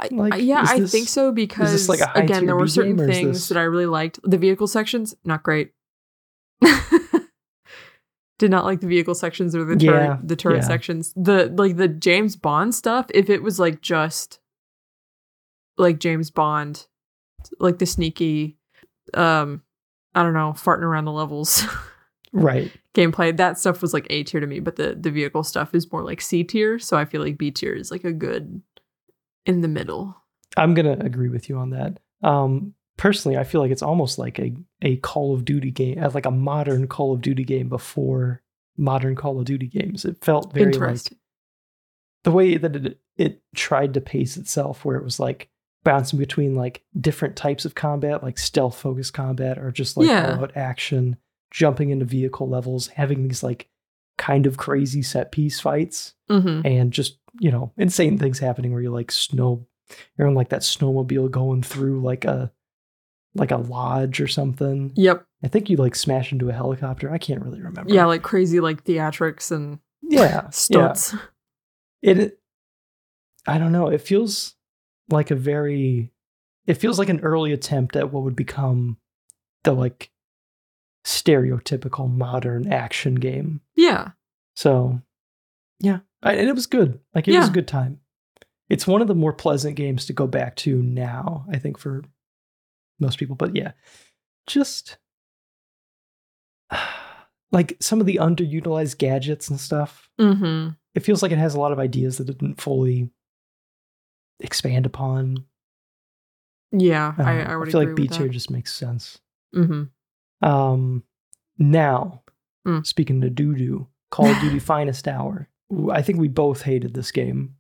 [SPEAKER 2] I-
[SPEAKER 1] like,
[SPEAKER 2] I- yeah,
[SPEAKER 1] is
[SPEAKER 2] I
[SPEAKER 1] this-
[SPEAKER 2] think so because
[SPEAKER 1] like a high
[SPEAKER 2] again,
[SPEAKER 1] tier
[SPEAKER 2] there were
[SPEAKER 1] B
[SPEAKER 2] certain
[SPEAKER 1] game, or is
[SPEAKER 2] things
[SPEAKER 1] this-
[SPEAKER 2] that I really liked. The vehicle sections, not great. [laughs] Did not like the vehicle sections or the turret,
[SPEAKER 1] Yeah,
[SPEAKER 2] the turret
[SPEAKER 1] yeah.
[SPEAKER 2] sections. The like the James Bond stuff. If it was like just like James Bond, like the sneaky, um, I don't know, farting around the levels [laughs]
[SPEAKER 1] Right.
[SPEAKER 2] gameplay. That stuff was like A tier to me, but the the vehicle stuff is more like C tier. So I feel like B tier is like a good in the middle.
[SPEAKER 1] I'm going to agree with you on that. Um, personally, I feel like it's almost like a, a Call of Duty game, uh, like a modern Call of Duty game before modern Call of Duty games. It felt very like
[SPEAKER 2] Interesting.
[SPEAKER 1] the way that it, it tried to pace itself, where it was like bouncing between like different types of combat, like stealth focused combat, or just like
[SPEAKER 2] Yeah.
[SPEAKER 1] all out action, jumping into vehicle levels, having these like kind of crazy set piece fights
[SPEAKER 2] Mm-hmm.
[SPEAKER 1] and just you know insane things happening where you're like snow you're in like that snowmobile going through like a like a lodge or something
[SPEAKER 2] Yep.
[SPEAKER 1] i think you like smash into a helicopter i can't really remember
[SPEAKER 2] Yeah, like crazy, like theatrics and [laughs]
[SPEAKER 1] yeah
[SPEAKER 2] stunts.
[SPEAKER 1] yeah it i don't know it feels like a very it feels like an early attempt at what would become the like stereotypical modern action game
[SPEAKER 2] Yeah.
[SPEAKER 1] so yeah I, and it was good. Like it was
[SPEAKER 2] Yeah.
[SPEAKER 1] a good time. It's one of the more pleasant games to go back to now, I think, for most people. But yeah, just [sighs] like some of the underutilized gadgets and stuff.
[SPEAKER 2] Mm-hmm.
[SPEAKER 1] It feels like it has a lot of ideas that it didn't fully expand upon.
[SPEAKER 2] Yeah,
[SPEAKER 1] don't
[SPEAKER 2] I,
[SPEAKER 1] know.
[SPEAKER 2] I would
[SPEAKER 1] Uh-huh. feel
[SPEAKER 2] agree
[SPEAKER 1] like
[SPEAKER 2] with
[SPEAKER 1] Beat Saber
[SPEAKER 2] that.
[SPEAKER 1] just makes sense.
[SPEAKER 2] Mm-hmm.
[SPEAKER 1] Um, now,
[SPEAKER 2] Mm.
[SPEAKER 1] speaking to doo doo, Call
[SPEAKER 2] [laughs]
[SPEAKER 1] of Duty Finest Hour. Ooh, I think we both hated this game.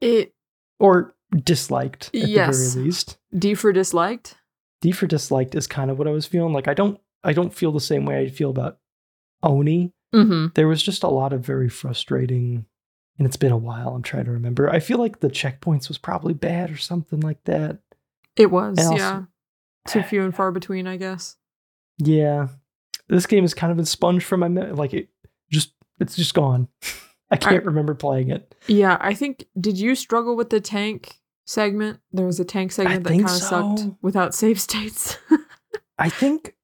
[SPEAKER 2] It
[SPEAKER 1] or disliked at the
[SPEAKER 2] Yes.
[SPEAKER 1] very least.
[SPEAKER 2] D for disliked.
[SPEAKER 1] D for disliked is kind of what I was feeling. Like I don't I don't feel the same way I feel about Oni.
[SPEAKER 2] Mm-hmm.
[SPEAKER 1] There was just a lot of very frustrating and it's been a while, I'm trying to remember. I feel like the checkpoints was probably bad or something like that.
[SPEAKER 2] It was.
[SPEAKER 1] And also-
[SPEAKER 2] yeah. Too few and far between, I guess.
[SPEAKER 1] Yeah. This game has kind of been sponged from my memory. Like it just it's just gone. [laughs] I can't remember playing it.
[SPEAKER 2] Yeah, I think. Did you struggle with the tank segment? There was a tank segment that kind
[SPEAKER 1] think
[SPEAKER 2] of sucked
[SPEAKER 1] so.
[SPEAKER 2] without save states. [laughs]
[SPEAKER 1] I think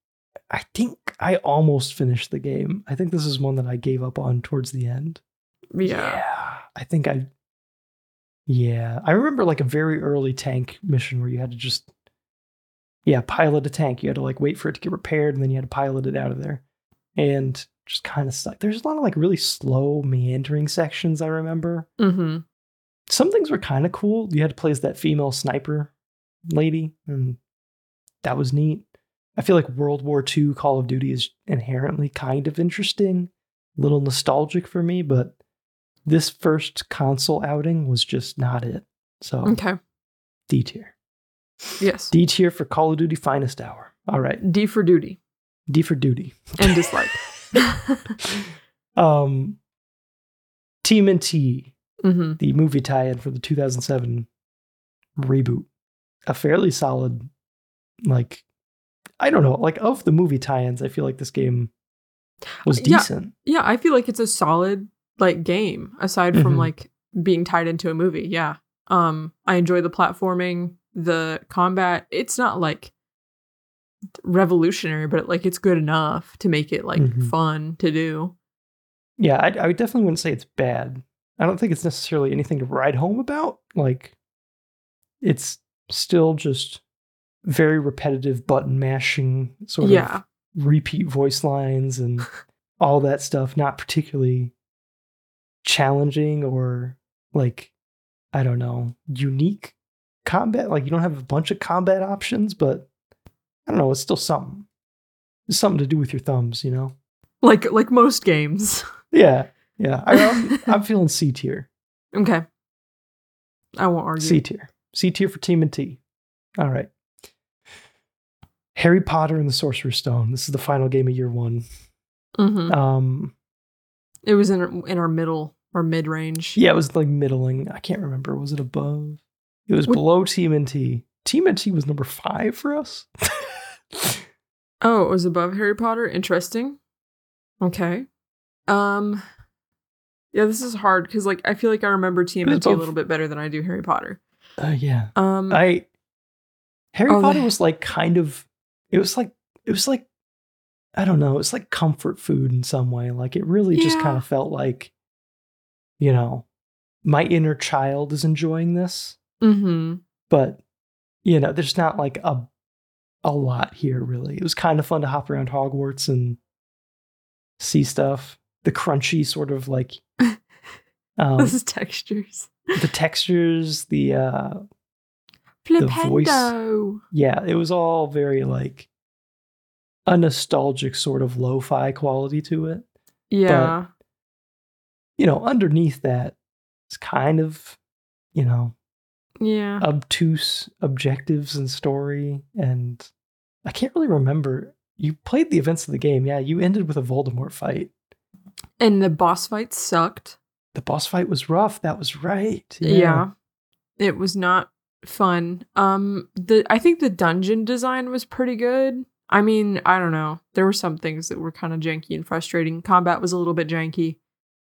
[SPEAKER 1] I think I almost finished the game. I think this is one that I gave up on towards the end.
[SPEAKER 2] yeah.
[SPEAKER 1] I think I. Yeah, I remember like a very early tank mission where you had to just, yeah, pilot a tank. You had to like wait for it to get repaired, and then you had to pilot it out of there, and just kind of stuck. There's a lot of like really slow meandering sections. I remember
[SPEAKER 2] Mm-hmm.
[SPEAKER 1] some things were kind of cool. You had to play as that female sniper lady, and that was neat. I feel like World War II Call of Duty is inherently kind of interesting, a little nostalgic for me, but this first console outing was just not it. So
[SPEAKER 2] Okay.
[SPEAKER 1] D tier.
[SPEAKER 2] Yes. D-,
[SPEAKER 1] D tier for Call of Duty Finest Hour. All right.
[SPEAKER 2] for duty
[SPEAKER 1] D for duty.
[SPEAKER 2] and dislike.
[SPEAKER 1] [laughs]
[SPEAKER 2] [laughs]
[SPEAKER 1] um, Team and T. E.
[SPEAKER 2] mm-hmm.
[SPEAKER 1] the movie tie-in for the 2007 reboot. A fairly solid, like, I don't know, like of the movie tie-ins, I feel like this game was
[SPEAKER 2] Yeah.
[SPEAKER 1] decent.
[SPEAKER 2] Yeah, I feel like it's a solid like game aside from
[SPEAKER 1] Mhm.
[SPEAKER 2] like being tied into a movie. Yeah. Um I enjoy the platforming, the combat. It's not like revolutionary, but like it's good enough to make it like
[SPEAKER 1] Mhm.
[SPEAKER 2] fun to do.
[SPEAKER 1] Yeah, I, I definitely wouldn't say it's bad. I don't think it's necessarily anything to ride home about. Like, it's still just very repetitive button mashing sort
[SPEAKER 2] yeah.
[SPEAKER 1] of repeat voice lines and all that stuff not particularly challenging or like i don't know unique combat like you don't have a bunch of combat options but i don't know it's still something it's something to do with your thumbs you know
[SPEAKER 2] Like like most games. [laughs]
[SPEAKER 1] yeah yeah I, am I'm feeling c tier
[SPEAKER 2] okay. I won't argue.
[SPEAKER 1] c tier c tier for team and t all right harry potter and the sorcerer's stone this is the final game of year one
[SPEAKER 2] Mhm.
[SPEAKER 1] um
[SPEAKER 2] It was in in our middle or mid range.
[SPEAKER 1] Yeah, it was like middling. I can't remember. Was it above? It was
[SPEAKER 2] What-
[SPEAKER 1] below TMNT. TMNT was number five for us. [laughs]
[SPEAKER 2] Oh, it was above Harry Potter. Interesting. Okay. Um Yeah, this is hard cuz like I feel like I remember TMNT a
[SPEAKER 1] above-
[SPEAKER 2] little bit better than I do Harry Potter.
[SPEAKER 1] uh, yeah,
[SPEAKER 2] Um
[SPEAKER 1] I Harry
[SPEAKER 2] Oh,
[SPEAKER 1] Potter
[SPEAKER 2] the-
[SPEAKER 1] was like kind of. It was like it was like I don't know. It was like comfort food in some way. Like it really just
[SPEAKER 2] Yeah.
[SPEAKER 1] kind of felt like, you know, my inner child is enjoying this, um,
[SPEAKER 2] mhm.
[SPEAKER 1] but you know, there's not like a a lot here really. It was kind of fun to hop around Hogwarts and see stuff. The crunchy sort of like um,
[SPEAKER 2] this is textures.
[SPEAKER 1] the textures, the uh voice-
[SPEAKER 2] Flipendo.
[SPEAKER 1] yeah, it was all very like a nostalgic sort of lo-fi quality to it.
[SPEAKER 2] Yeah.
[SPEAKER 1] You know, underneath that it's kind of, you know,
[SPEAKER 2] yeah.
[SPEAKER 1] obtuse objectives and story and i can't really remember you played the events of the game yeah you ended with a voldemort fight
[SPEAKER 2] and the boss fight sucked.
[SPEAKER 1] the boss fight was rough that was right
[SPEAKER 2] Yeah. It was not fun. Um the I think the dungeon design was pretty good. I mean, I don't know. There were some things that were kind of janky and frustrating. Combat was a little bit janky.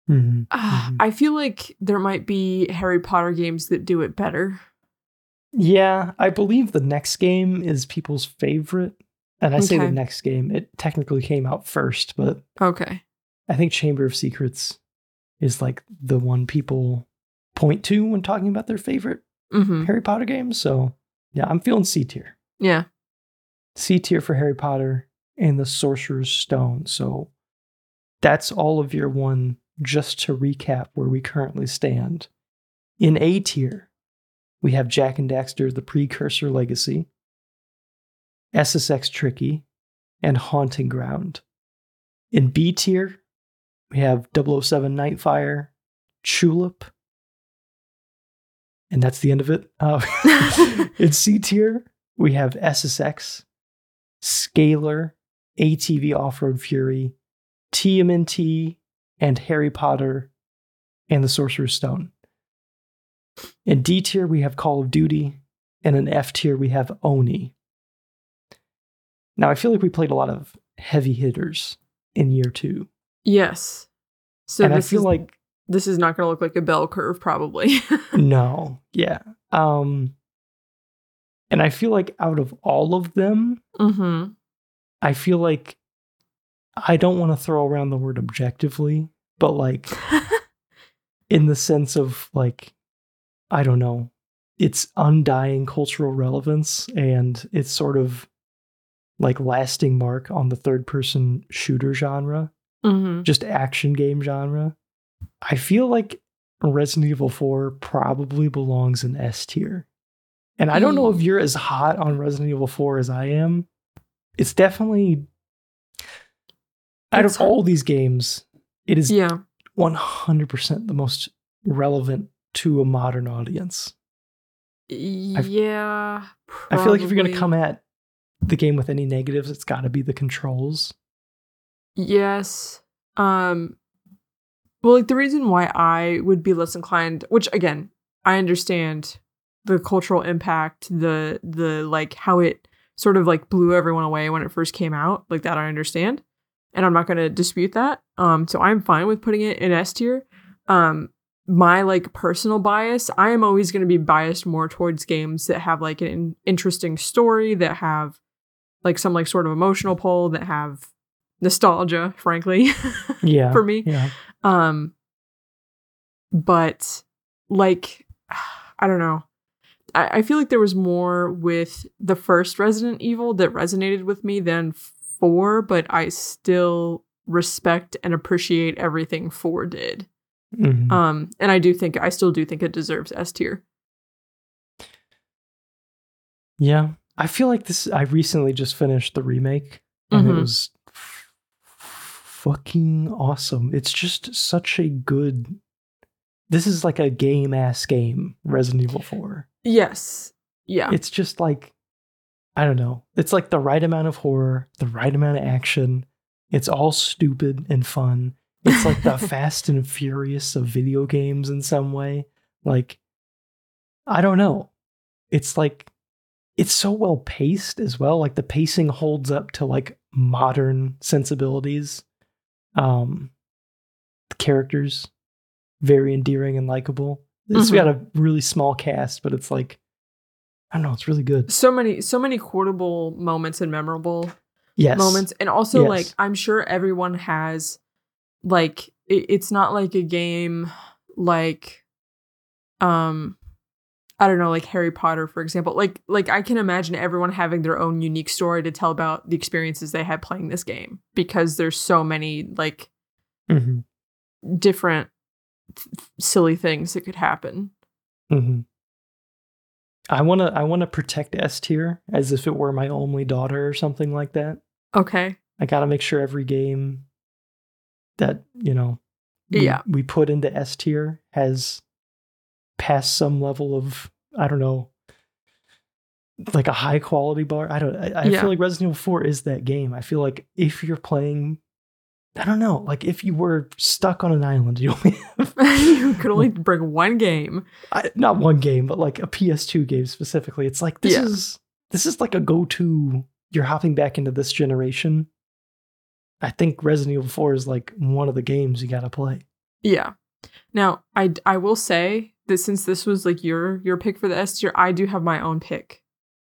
[SPEAKER 1] Mhm.
[SPEAKER 2] Ah,
[SPEAKER 1] Mhm.
[SPEAKER 2] I feel like there might be Harry Potter games that do it better.
[SPEAKER 1] yeah i believe the next game is people's favorite and i say the
[SPEAKER 2] Okay.
[SPEAKER 1] next game it technically came out first but
[SPEAKER 2] Okay.
[SPEAKER 1] i think chamber of secrets is like the one people point to when talking about their favorite
[SPEAKER 2] Mm-hmm.
[SPEAKER 1] Harry Potter games. So yeah, I'm feeling C tier.
[SPEAKER 2] Yeah.
[SPEAKER 1] C tier for Harry Potter and the Sorcerer's Stone. So that's all of your one just to recap where we currently stand. In A tier, we have Jack and Daxter, The Precursor Legacy, SSX Tricky, and Haunting Ground. In B tier, we have 007 Nightfire, Tulip, and that's the end of it. Uh, in C tier, we have SSX, Scalar, ATV Off Road Fury, TMNT, and Harry Potter and the Sorcerer's Stone. In D tier, we have Call of Duty, and in F tier, we have Oni. Now, I feel like we played a lot of heavy hitters in year two.
[SPEAKER 2] Yes. So
[SPEAKER 1] and I
[SPEAKER 2] this
[SPEAKER 1] feel
[SPEAKER 2] is, [laughs]
[SPEAKER 1] like,
[SPEAKER 2] this is not going to look like a bell curve, probably. [laughs]
[SPEAKER 1] no, yeah. Um, and I feel like out of all of them, Mm-hmm.
[SPEAKER 2] hmm
[SPEAKER 1] I feel like I don't want to throw around the word objectively, but like in the sense of like, I don't know, it's undying cultural relevance and it's sort of like lasting mark on the third person shooter genre,
[SPEAKER 2] hmm
[SPEAKER 1] just action game genre. I feel like Resident Evil 4 probably belongs in S tier. And I don't know
[SPEAKER 2] Mm.
[SPEAKER 1] if you're as hot on Resident Evil 4 as I am. It's definitely out
[SPEAKER 2] It's
[SPEAKER 1] of
[SPEAKER 2] hard-
[SPEAKER 1] all these games, it is
[SPEAKER 2] Yeah.
[SPEAKER 1] 100% the most relevant to a modern audience.
[SPEAKER 2] yeah.
[SPEAKER 1] I feel like if you're going
[SPEAKER 2] probably.
[SPEAKER 1] to come at the game with any negatives, it's got to be the controls.
[SPEAKER 2] Yes. Um well like the reason why I would be less inclined, which again, I understand the cultural impact, the the like how it sort of like blew everyone away when it first came out, like that I understand. And I'm not going to dispute that. Um so I'm fine with putting it in S tier. Um my like personal bias, I am always going to be biased more towards games that have like an interesting story, that have like some like sort of emotional pull, that have nostalgia, frankly, [laughs]
[SPEAKER 1] Yeah.
[SPEAKER 2] [laughs] for me.
[SPEAKER 1] yeah.
[SPEAKER 2] Um, but like, [sighs] I don't know. I, I feel like there was more with the first Resident Evil that resonated with me than four, but I still respect and appreciate everything four did.
[SPEAKER 1] Mhm.
[SPEAKER 2] Um, and I do think I still do think it deserves S tier.
[SPEAKER 1] Yeah. I feel like this I recently just finished the remake and it
[SPEAKER 2] Mhm.
[SPEAKER 1] was f- fucking awesome. It's just such a good This is like a game ass game, Resident Evil 4.
[SPEAKER 2] Yes. Yeah.
[SPEAKER 1] It's just like I don't know. It's like the right amount of horror, the right amount of action. It's all stupid and fun. It's like the fast and furious of video games in some way. Like I don't know. It's like it's so well paced as well. Like the pacing holds up to like modern sensibilities. Um the characters very endearing and likable. It's
[SPEAKER 2] Mhm.
[SPEAKER 1] got a really small cast, but it's like I don't know, it's really good.
[SPEAKER 2] So many, so many quotable moments and memorable
[SPEAKER 1] Yes.
[SPEAKER 2] moments and also
[SPEAKER 1] Yes.
[SPEAKER 2] like i'm sure everyone has like it, it's not like a game like um i don't know like harry potter for example like like i can imagine everyone having their own unique story to tell about the experiences they had playing this game because there's so many like
[SPEAKER 1] Mhm.
[SPEAKER 2] different th- th- silly things that could happen
[SPEAKER 1] hmm I want to I want to protect S tier as if it were my only daughter or something like that.
[SPEAKER 2] okay [laughs]
[SPEAKER 1] I got to make sure every game that, you know, we,
[SPEAKER 2] Yeah.
[SPEAKER 1] we put into S tier has passed some level of I don't know like a high quality bar. I don't I, I
[SPEAKER 2] Yeah.
[SPEAKER 1] feel like Resident Evil 4 is that game. I feel like if you're playing I don't know, like if you were stuck on an island, [laughs] you only have
[SPEAKER 2] [laughs] you
[SPEAKER 1] [laughs]
[SPEAKER 2] could only bring one game
[SPEAKER 1] I, not one game, but like a PS2 game specifically. It's like this
[SPEAKER 2] Yeah.
[SPEAKER 1] is this is like a go-to. You're hopping back into this generation. I think Resident Evil 4 is like one of the games you got to play.
[SPEAKER 2] Yeah. Now, I I will say that since this was like your your pick for the S tier, I do have my own pick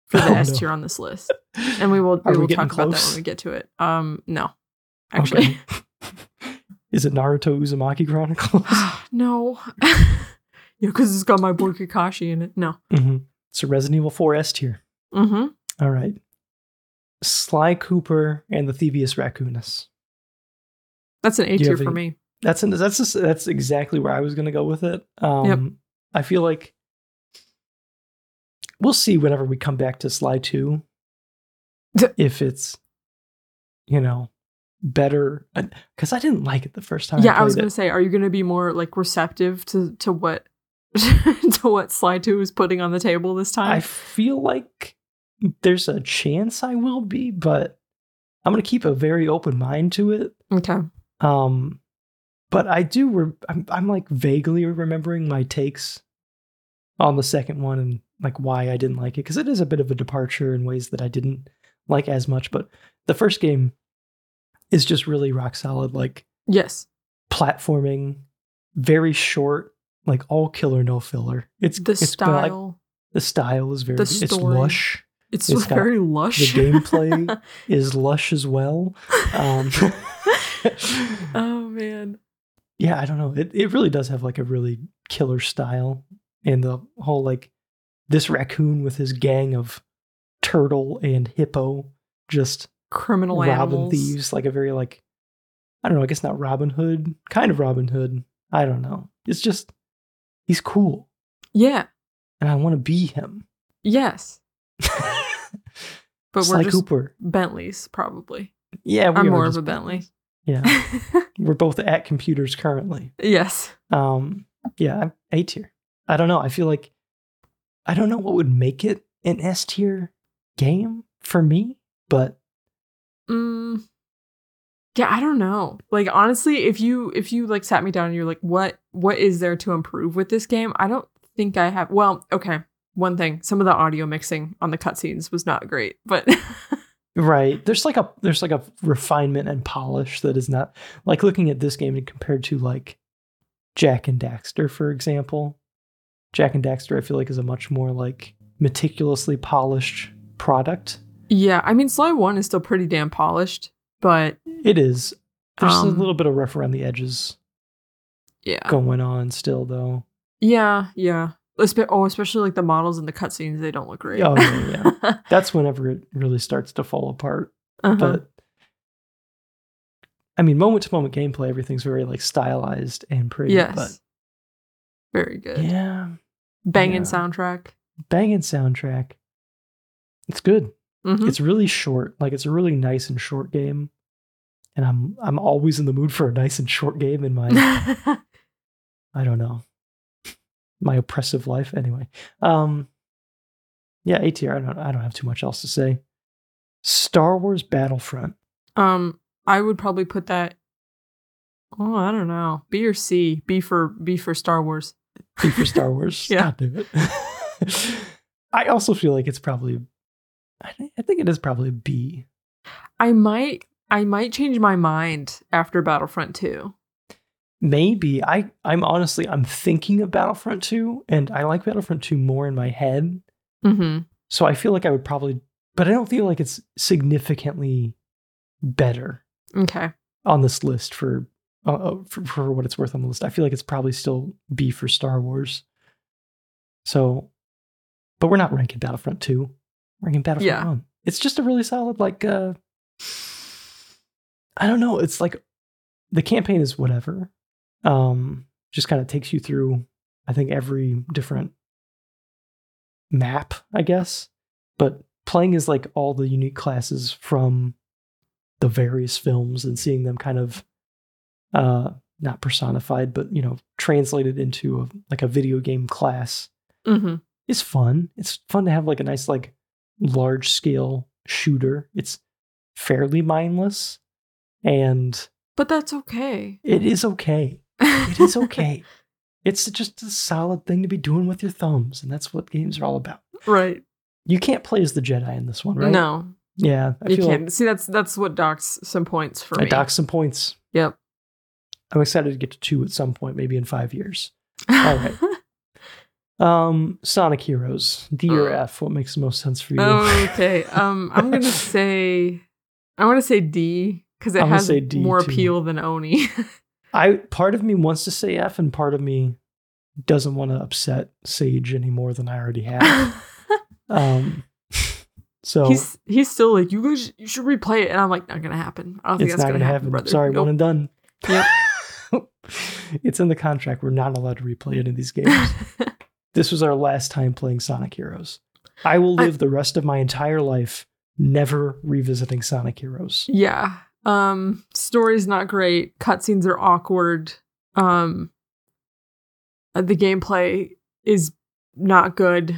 [SPEAKER 2] for the
[SPEAKER 1] [laughs] Oh,
[SPEAKER 2] S
[SPEAKER 1] no.
[SPEAKER 2] tier on this list, and we will
[SPEAKER 1] Are
[SPEAKER 2] we
[SPEAKER 1] we
[SPEAKER 2] will
[SPEAKER 1] getting Oh,
[SPEAKER 2] talk about that
[SPEAKER 1] close?
[SPEAKER 2] when we get to it. Um, no, actually,
[SPEAKER 1] Okay. [laughs] Is it Naruto Uzumaki
[SPEAKER 2] [laughs]
[SPEAKER 1] Chronicles?
[SPEAKER 2] [sighs] no. yeah, because it's got my boy Kakashi in it. No.
[SPEAKER 1] mm-hmm. So Resident Evil 4 S tier.
[SPEAKER 2] Mm-hmm.
[SPEAKER 1] All right. Sly Cooper and the Thievius Raccoonus.
[SPEAKER 2] That's an
[SPEAKER 1] Do you
[SPEAKER 2] A tier
[SPEAKER 1] have
[SPEAKER 2] for
[SPEAKER 1] any-
[SPEAKER 2] me.
[SPEAKER 1] That's an, that's just, that's exactly where I was going to go with it. Um, I feel like we'll see whenever we come back to Sly
[SPEAKER 2] [laughs]
[SPEAKER 1] Two
[SPEAKER 2] D-
[SPEAKER 1] if it's you know better because I didn't like it the first time.
[SPEAKER 2] yeah,
[SPEAKER 1] I,
[SPEAKER 2] I was
[SPEAKER 1] played
[SPEAKER 2] gonna
[SPEAKER 1] it.
[SPEAKER 2] say, are you gonna be more like receptive to to what [laughs] to what Sly Two is putting on the table this
[SPEAKER 1] I
[SPEAKER 2] time?
[SPEAKER 1] feel like there's a chance I will be, but I'm gonna keep a very open mind to it.
[SPEAKER 2] okay.
[SPEAKER 1] Um, but I do. Re- I'm, I'm like vaguely remembering my takes on the second one and like why I didn't like it because it is a bit of a departure in ways that I didn't like as much. But the first game is just really rock solid, like
[SPEAKER 2] Yes.
[SPEAKER 1] platforming, very short, like all killer no filler. It's
[SPEAKER 2] The
[SPEAKER 1] it's been, like-
[SPEAKER 2] style.
[SPEAKER 1] the style is very
[SPEAKER 2] the
[SPEAKER 1] it's
[SPEAKER 2] story.
[SPEAKER 1] lush.
[SPEAKER 2] it's
[SPEAKER 1] it's got
[SPEAKER 2] very
[SPEAKER 1] The
[SPEAKER 2] lush. [laughs]
[SPEAKER 1] gameplay is lush as well. Um,
[SPEAKER 2] oh man.
[SPEAKER 1] yeah, I don't know. It it really does have like a really killer style, and the whole like this raccoon with his gang of turtle and hippo just
[SPEAKER 2] Criminal
[SPEAKER 1] robbing
[SPEAKER 2] animals.
[SPEAKER 1] thieves, like a very like I don't know. I guess not Robin Hood, kind of Robin Hood. I don't know. It's just he's cool,
[SPEAKER 2] Yeah.
[SPEAKER 1] and I want to be him.
[SPEAKER 2] Yes.
[SPEAKER 1] [laughs]
[SPEAKER 2] But
[SPEAKER 1] Sly
[SPEAKER 2] we're just
[SPEAKER 1] Cooper.
[SPEAKER 2] Bentleys,
[SPEAKER 1] [laughs]
[SPEAKER 2] probably. [laughs]
[SPEAKER 1] Yeah, we
[SPEAKER 2] I'm
[SPEAKER 1] are
[SPEAKER 2] more of
[SPEAKER 1] just-
[SPEAKER 2] a Bentley.
[SPEAKER 1] Yeah, we're both at computers currently.
[SPEAKER 2] yes.
[SPEAKER 1] Um, yeah, I'm A tier. I don't know. I feel like I don't know what would make it an S tier game for me, but
[SPEAKER 2] Mm. Yeah, I don't know. Like honestly, if you if you like sat me down and you're like, what what is there to improve with this game? I don't think I have. Well, okay, one thing. Some of the audio mixing on the cutscenes was not great, but [laughs]
[SPEAKER 1] right there's like a there's like a refinement and polish that is not like looking at this game compared to like Jack and Daxter, for example. Jack and Daxter, I feel like, is a much more like meticulously polished product.
[SPEAKER 2] yeah, I mean, Sly One is still pretty damn polished, but
[SPEAKER 1] It is. There's a
[SPEAKER 2] Um, uh,
[SPEAKER 1] little bit of rough around the edges
[SPEAKER 2] yeah,
[SPEAKER 1] going on still, though.
[SPEAKER 2] yeah, yeah. Espe- oh, especially like the models and the cutscenes, they don't look great.
[SPEAKER 1] Oh, yeah,
[SPEAKER 2] [laughs]
[SPEAKER 1] That's whenever it really starts to fall apart.
[SPEAKER 2] Uh-huh.
[SPEAKER 1] but I mean, moment to moment gameplay, everything's very like stylized and pretty.
[SPEAKER 2] yes, very good.
[SPEAKER 1] But yeah,
[SPEAKER 2] Banging
[SPEAKER 1] yeah.
[SPEAKER 2] soundtrack.
[SPEAKER 1] banging soundtrack. It's good.
[SPEAKER 2] Mhm.
[SPEAKER 1] It's really short. Like it's a really nice and short game. And I'm I'm always in the mood for a nice and short game in
[SPEAKER 2] [laughs]
[SPEAKER 1] my I don't know my oppressive life. Anyway, um, yeah, A tier. I don't I don't have too much else to say. Star Wars Battlefront.
[SPEAKER 2] Um, I would probably put that. Oh, I don't know. B or C. B for B for Star Wars.
[SPEAKER 1] Be for Star Wars.
[SPEAKER 2] Yeah.
[SPEAKER 1] God damn it. [laughs] I also feel like it's probably, I, thi- I think it is probably B.
[SPEAKER 2] I might I might change my mind after Battlefront Two.
[SPEAKER 1] Maybe I, I'm honestly, I'm thinking of Battlefront 2 and I like Battlefront 2 more in my head.
[SPEAKER 2] Mm-hmm.
[SPEAKER 1] So I feel like I would probably, but I don't feel like it's significantly better
[SPEAKER 2] Okay.
[SPEAKER 1] on this list for, uh, uh, for, for what it's worth on the list. I feel like it's probably still B for Star Wars. So, but we're not ranking Battlefront 2. We're ranking Battlefront
[SPEAKER 2] Yeah.
[SPEAKER 1] 1. It's just a really solid, like, uh, I don't know. It's like the campaign is whatever. Um, just kind of takes you through, I think, every different map, I guess. But playing is like all the unique classes from the various films and seeing them kind of uh not personified but you know translated into a, like a video game class
[SPEAKER 2] Mm-hmm.
[SPEAKER 1] is fun it's fun to have like a nice like large scale shooter it's fairly mindless and
[SPEAKER 2] But that's okay.
[SPEAKER 1] it is okay it is okay it's just a solid thing to be doing with your thumbs and that's what games are all about
[SPEAKER 2] [laughs] right.
[SPEAKER 1] you can't play as the jedi in this one right
[SPEAKER 2] No,
[SPEAKER 1] yeah i
[SPEAKER 2] you
[SPEAKER 1] feel
[SPEAKER 2] can't.
[SPEAKER 1] like
[SPEAKER 2] See, that's that's what docks some points for
[SPEAKER 1] i
[SPEAKER 2] me.
[SPEAKER 1] docked some points
[SPEAKER 2] Yep.
[SPEAKER 1] i'm excited to get to two at some point maybe in five years all
[SPEAKER 2] [laughs]
[SPEAKER 1] right. Um, Sonic Heroes, D or
[SPEAKER 2] Uh.
[SPEAKER 1] F? What makes the most sense for you? [laughs]
[SPEAKER 2] okay. Um, I'm gonna say, I want to say D because it
[SPEAKER 1] I'm gonna
[SPEAKER 2] has
[SPEAKER 1] say D
[SPEAKER 2] more
[SPEAKER 1] too.
[SPEAKER 2] appeal than Oni.
[SPEAKER 1] I part of me wants to say F, and part of me doesn't want to upset Sage any more than I already
[SPEAKER 2] [laughs]
[SPEAKER 1] have. um, so
[SPEAKER 2] he's he's still like you guys you should replay it and i'm like not gonna happen i don't think
[SPEAKER 1] it's
[SPEAKER 2] that's
[SPEAKER 1] not going
[SPEAKER 2] gonna,
[SPEAKER 1] to
[SPEAKER 2] happen,
[SPEAKER 1] happen.
[SPEAKER 2] brother
[SPEAKER 1] Sorry, one
[SPEAKER 2] [laughs] nope.
[SPEAKER 1] and done.
[SPEAKER 2] Yep.
[SPEAKER 1] [laughs] it's in the contract. We're not allowed to replay any of these
[SPEAKER 2] [laughs]
[SPEAKER 1] games. this was our last time playing Sonic Heroes. I will
[SPEAKER 2] I-
[SPEAKER 1] live the rest of my entire life never revisiting Sonic Heroes.
[SPEAKER 2] yeah um story's not great cutscenes are awkward um uh, the gameplay is not good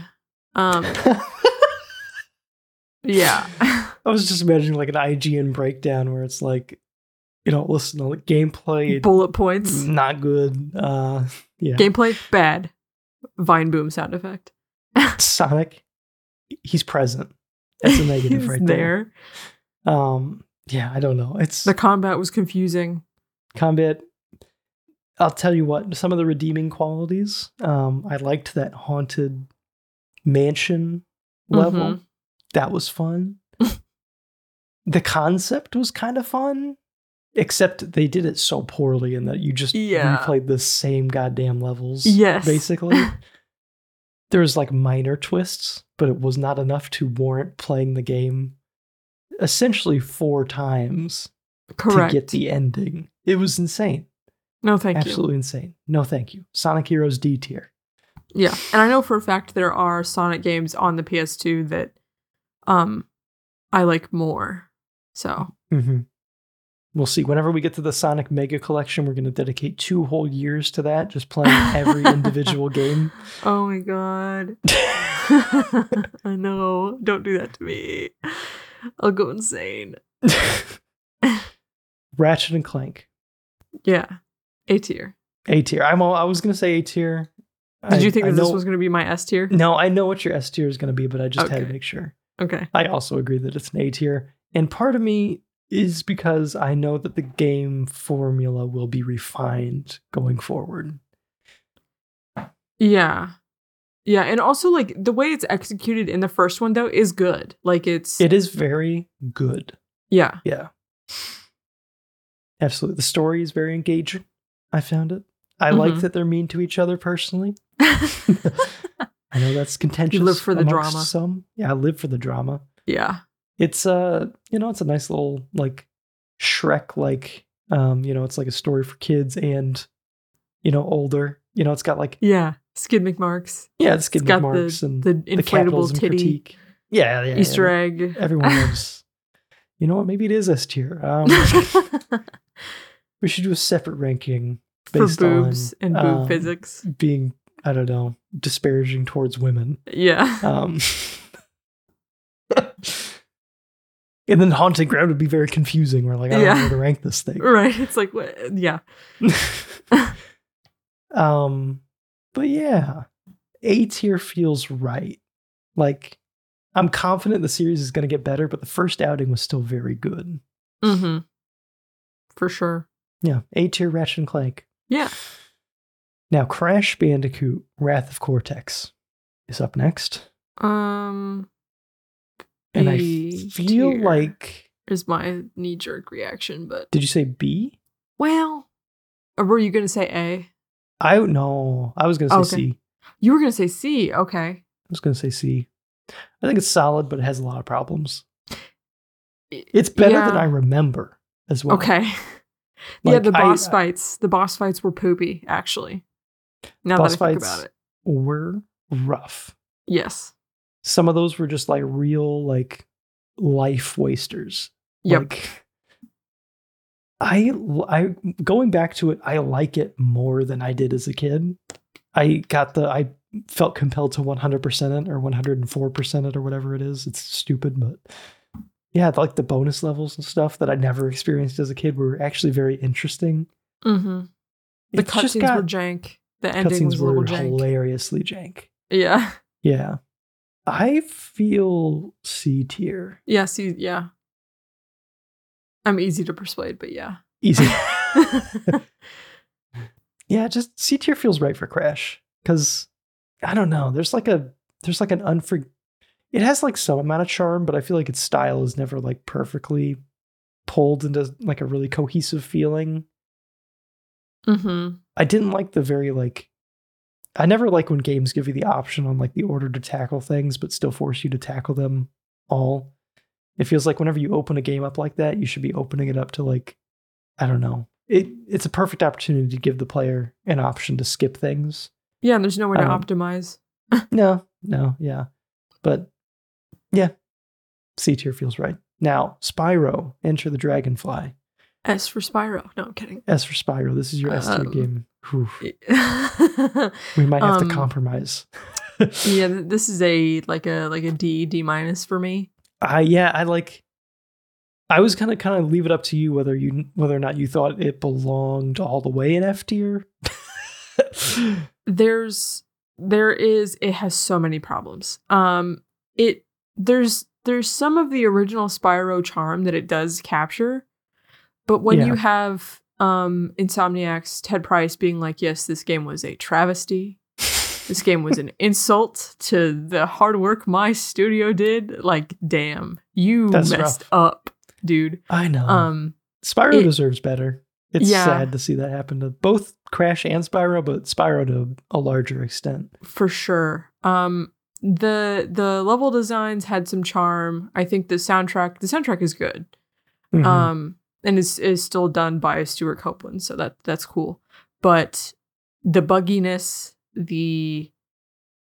[SPEAKER 2] um
[SPEAKER 1] [laughs]
[SPEAKER 2] yeah [laughs]
[SPEAKER 1] I was just imagining like an IGN breakdown where it's like, you know, listen, the gameplay
[SPEAKER 2] bullet points
[SPEAKER 1] not good. Uh, yeah,
[SPEAKER 2] gameplay bad vine boom sound effect
[SPEAKER 1] [laughs] Sonic, he's present. That's a negative
[SPEAKER 2] [laughs] He's
[SPEAKER 1] right there.
[SPEAKER 2] there
[SPEAKER 1] Um, yeah, I don't know. It's
[SPEAKER 2] the combat was confusing
[SPEAKER 1] combat i'll tell you what some of the redeeming qualities um i liked that haunted mansion level
[SPEAKER 2] Mhm.
[SPEAKER 1] that was
[SPEAKER 2] [laughs]
[SPEAKER 1] fun the concept was kind of fun except they did it so poorly in that you just
[SPEAKER 2] Yeah.
[SPEAKER 1] replayed the same goddamn levels
[SPEAKER 2] Yes. [laughs]
[SPEAKER 1] basically there was like minor twists but it was not enough to warrant playing the game essentially four times
[SPEAKER 2] correct
[SPEAKER 1] to get the ending. It was insane.
[SPEAKER 2] no thank you
[SPEAKER 1] Absolutely insane. No, thank you. Sonic Heroes D tier.
[SPEAKER 2] Yeah, and I know for a fact there are Sonic games on the PS2 that um I like more. So
[SPEAKER 1] Mm-hmm. We'll see. Whenever we get to the Sonic Mega Collection, we're going to dedicate two whole years to that, just playing
[SPEAKER 2] [laughs]
[SPEAKER 1] every individual game.
[SPEAKER 2] Oh my god. [laughs] I know. Don't do that to me. I'll go insane.
[SPEAKER 1] Ratchet and Clank,
[SPEAKER 2] Yeah. A tier.
[SPEAKER 1] A tier. I'm. All, I was going to say A tier.
[SPEAKER 2] Did you think that
[SPEAKER 1] know,
[SPEAKER 2] this was gonna be my S tier?
[SPEAKER 1] No, I know what your S tier is going to be, but I just had to
[SPEAKER 2] Okay.
[SPEAKER 1] make sure.
[SPEAKER 2] Okay.
[SPEAKER 1] I also agree that it's an A tier. And part of me is because I know that the game formula will be refined going forward.
[SPEAKER 2] Yeah. Yeah, and also like the way it's executed in the first one though is good. Like it's
[SPEAKER 1] It is very good. [laughs]
[SPEAKER 2] yeah. [laughs]
[SPEAKER 1] Yeah. Absolutely. The story is very engaging. I found it. I like
[SPEAKER 2] Mhm.
[SPEAKER 1] that they're mean to each other personally. I know that's contentious.
[SPEAKER 2] for the
[SPEAKER 1] amongst
[SPEAKER 2] drama.
[SPEAKER 1] Some. Yeah, I live for the drama.
[SPEAKER 2] yeah.
[SPEAKER 1] It's uh, you know, it's a nice little like Shrek like um, you know, it's like a story for kids and you know, older. You know, it's got like
[SPEAKER 2] Yeah. Skid McMarks.
[SPEAKER 1] Yeah, it's good
[SPEAKER 2] it's got
[SPEAKER 1] marks
[SPEAKER 2] the,
[SPEAKER 1] and
[SPEAKER 2] the
[SPEAKER 1] the,
[SPEAKER 2] inflatable
[SPEAKER 1] capitalism
[SPEAKER 2] titty
[SPEAKER 1] critique. Yeah, yeah.
[SPEAKER 2] Easter
[SPEAKER 1] yeah. [laughs]
[SPEAKER 2] egg. [laughs]
[SPEAKER 1] Everyone loves. you know what? Maybe it is S tier.
[SPEAKER 2] [laughs]
[SPEAKER 1] Um, we should do a separate ranking
[SPEAKER 2] For
[SPEAKER 1] based
[SPEAKER 2] boobs
[SPEAKER 1] on,
[SPEAKER 2] and boob
[SPEAKER 1] um,
[SPEAKER 2] physics.
[SPEAKER 1] being, I don't know, disparaging towards women. [laughs]
[SPEAKER 2] Yeah.
[SPEAKER 1] Um, and then haunting ground would be very confusing. We're like, I don't know
[SPEAKER 2] Yeah.
[SPEAKER 1] how to rank this thing.
[SPEAKER 2] [laughs] [laughs] right. It's like, what? yeah. [laughs]
[SPEAKER 1] um but yeah a tier feels right like i'm confident the series is going to get better but the first outing was still very good
[SPEAKER 2] Mm-hmm. For sure.
[SPEAKER 1] yeah a tier ratchet and clank
[SPEAKER 2] Yeah.
[SPEAKER 1] now crash bandicoot wrath of cortex is up next
[SPEAKER 2] Um,
[SPEAKER 1] and I
[SPEAKER 2] B
[SPEAKER 1] feel
[SPEAKER 2] tier.
[SPEAKER 1] like
[SPEAKER 2] is my knee jerk reaction, but
[SPEAKER 1] did you say b
[SPEAKER 2] well, or were you going to say A?
[SPEAKER 1] i don't know i was going to say
[SPEAKER 2] Okay.
[SPEAKER 1] C. I
[SPEAKER 2] You were going to say C. Okay.
[SPEAKER 1] was going to say c i think it's solid but it has a lot of problems it's better than
[SPEAKER 2] Yeah.
[SPEAKER 1] i remember as well
[SPEAKER 2] Okay. [laughs] yeah,
[SPEAKER 1] Like,
[SPEAKER 2] the
[SPEAKER 1] I- uh,
[SPEAKER 2] boss fights. The boss fights were poopy, actually. Now that I
[SPEAKER 1] Boss
[SPEAKER 2] think
[SPEAKER 1] fights-
[SPEAKER 2] about it.
[SPEAKER 1] were rough.
[SPEAKER 2] Yes.
[SPEAKER 1] Some of those were just like real like life wasters.
[SPEAKER 2] Yep.
[SPEAKER 1] Like I I going back to it, I like it more than I did as a kid. I got the I felt compelled to 100% it or 104% it or whatever it is. It's stupid, but yeah, like the bonus levels and stuff that I never experienced as a kid were actually very interesting.
[SPEAKER 2] mm-hmm. The
[SPEAKER 1] It's just
[SPEAKER 2] cutscenes
[SPEAKER 1] got-
[SPEAKER 2] were jank. The ending was
[SPEAKER 1] cutscenes
[SPEAKER 2] a little
[SPEAKER 1] were
[SPEAKER 2] jank.
[SPEAKER 1] hilariously jank.
[SPEAKER 2] Yeah. [laughs]
[SPEAKER 1] Yeah. I feel C tier.
[SPEAKER 2] Yeah, see, yeah. I'm easy to persuade,
[SPEAKER 1] [laughs]
[SPEAKER 2] but yeah. [laughs] Mm-hmm.
[SPEAKER 1] Easy. yeah, just C tier feels right for Crash. Cause I don't know. There's like a there's like an unfor it has like some amount of charm, but I feel like its style is never like perfectly pulled into like a really cohesive feeling.
[SPEAKER 2] Mm-hmm.
[SPEAKER 1] I didn't like the very like I never like when games give you the option on like the order to tackle things but still force you to tackle them all. It feels like whenever you open a game up like that, you should be opening it up to like I don't know. It it's a perfect opportunity to give the player an option to skip things.
[SPEAKER 2] Yeah, and there's nowhere to
[SPEAKER 1] Um,
[SPEAKER 2] optimize.
[SPEAKER 1] No, no, yeah. But yeah. C tier feels right. Now, Spyro, Enter the Dragonfly.
[SPEAKER 2] S for Spyro. No, I'm kidding.
[SPEAKER 1] S for Spyro, this is your S tier
[SPEAKER 2] Um,
[SPEAKER 1] game. Oof.
[SPEAKER 2] [laughs] yeah,
[SPEAKER 1] We might have
[SPEAKER 2] um,
[SPEAKER 1] to compromise. [laughs]
[SPEAKER 2] th- this is a like a like a D D minus for me.
[SPEAKER 1] I yeah, I like. I was kind of kind of leave it up to you whether you whether or not you thought it belonged all the way in F
[SPEAKER 2] [laughs]
[SPEAKER 1] tier.
[SPEAKER 2] There's there is it has so many problems. Um, it there's there's some of the original Spyro charm that it does capture, but when
[SPEAKER 1] Yeah.
[SPEAKER 2] you have um Insomniac's Ted Price being like, "Yes, this game was a travesty. This game
[SPEAKER 1] [laughs]
[SPEAKER 2] was an insult to the hard work my studio did." Like, damn, you
[SPEAKER 1] That's
[SPEAKER 2] messed
[SPEAKER 1] rough. Uh-huh.
[SPEAKER 2] up, dude.
[SPEAKER 1] I know.
[SPEAKER 2] Um.
[SPEAKER 1] Spyro
[SPEAKER 2] it-
[SPEAKER 1] deserves better. It's
[SPEAKER 2] Yeah.
[SPEAKER 1] sad to see that happen to both Crash and Spyro, but Spyro to a larger extent.
[SPEAKER 2] for sure. Um the the level designs had some charm. I think the soundtrack the soundtrack is good.
[SPEAKER 1] Mhm.
[SPEAKER 2] Um and is is still done by Stuart Copeland, so that that's cool. But the bugginess, the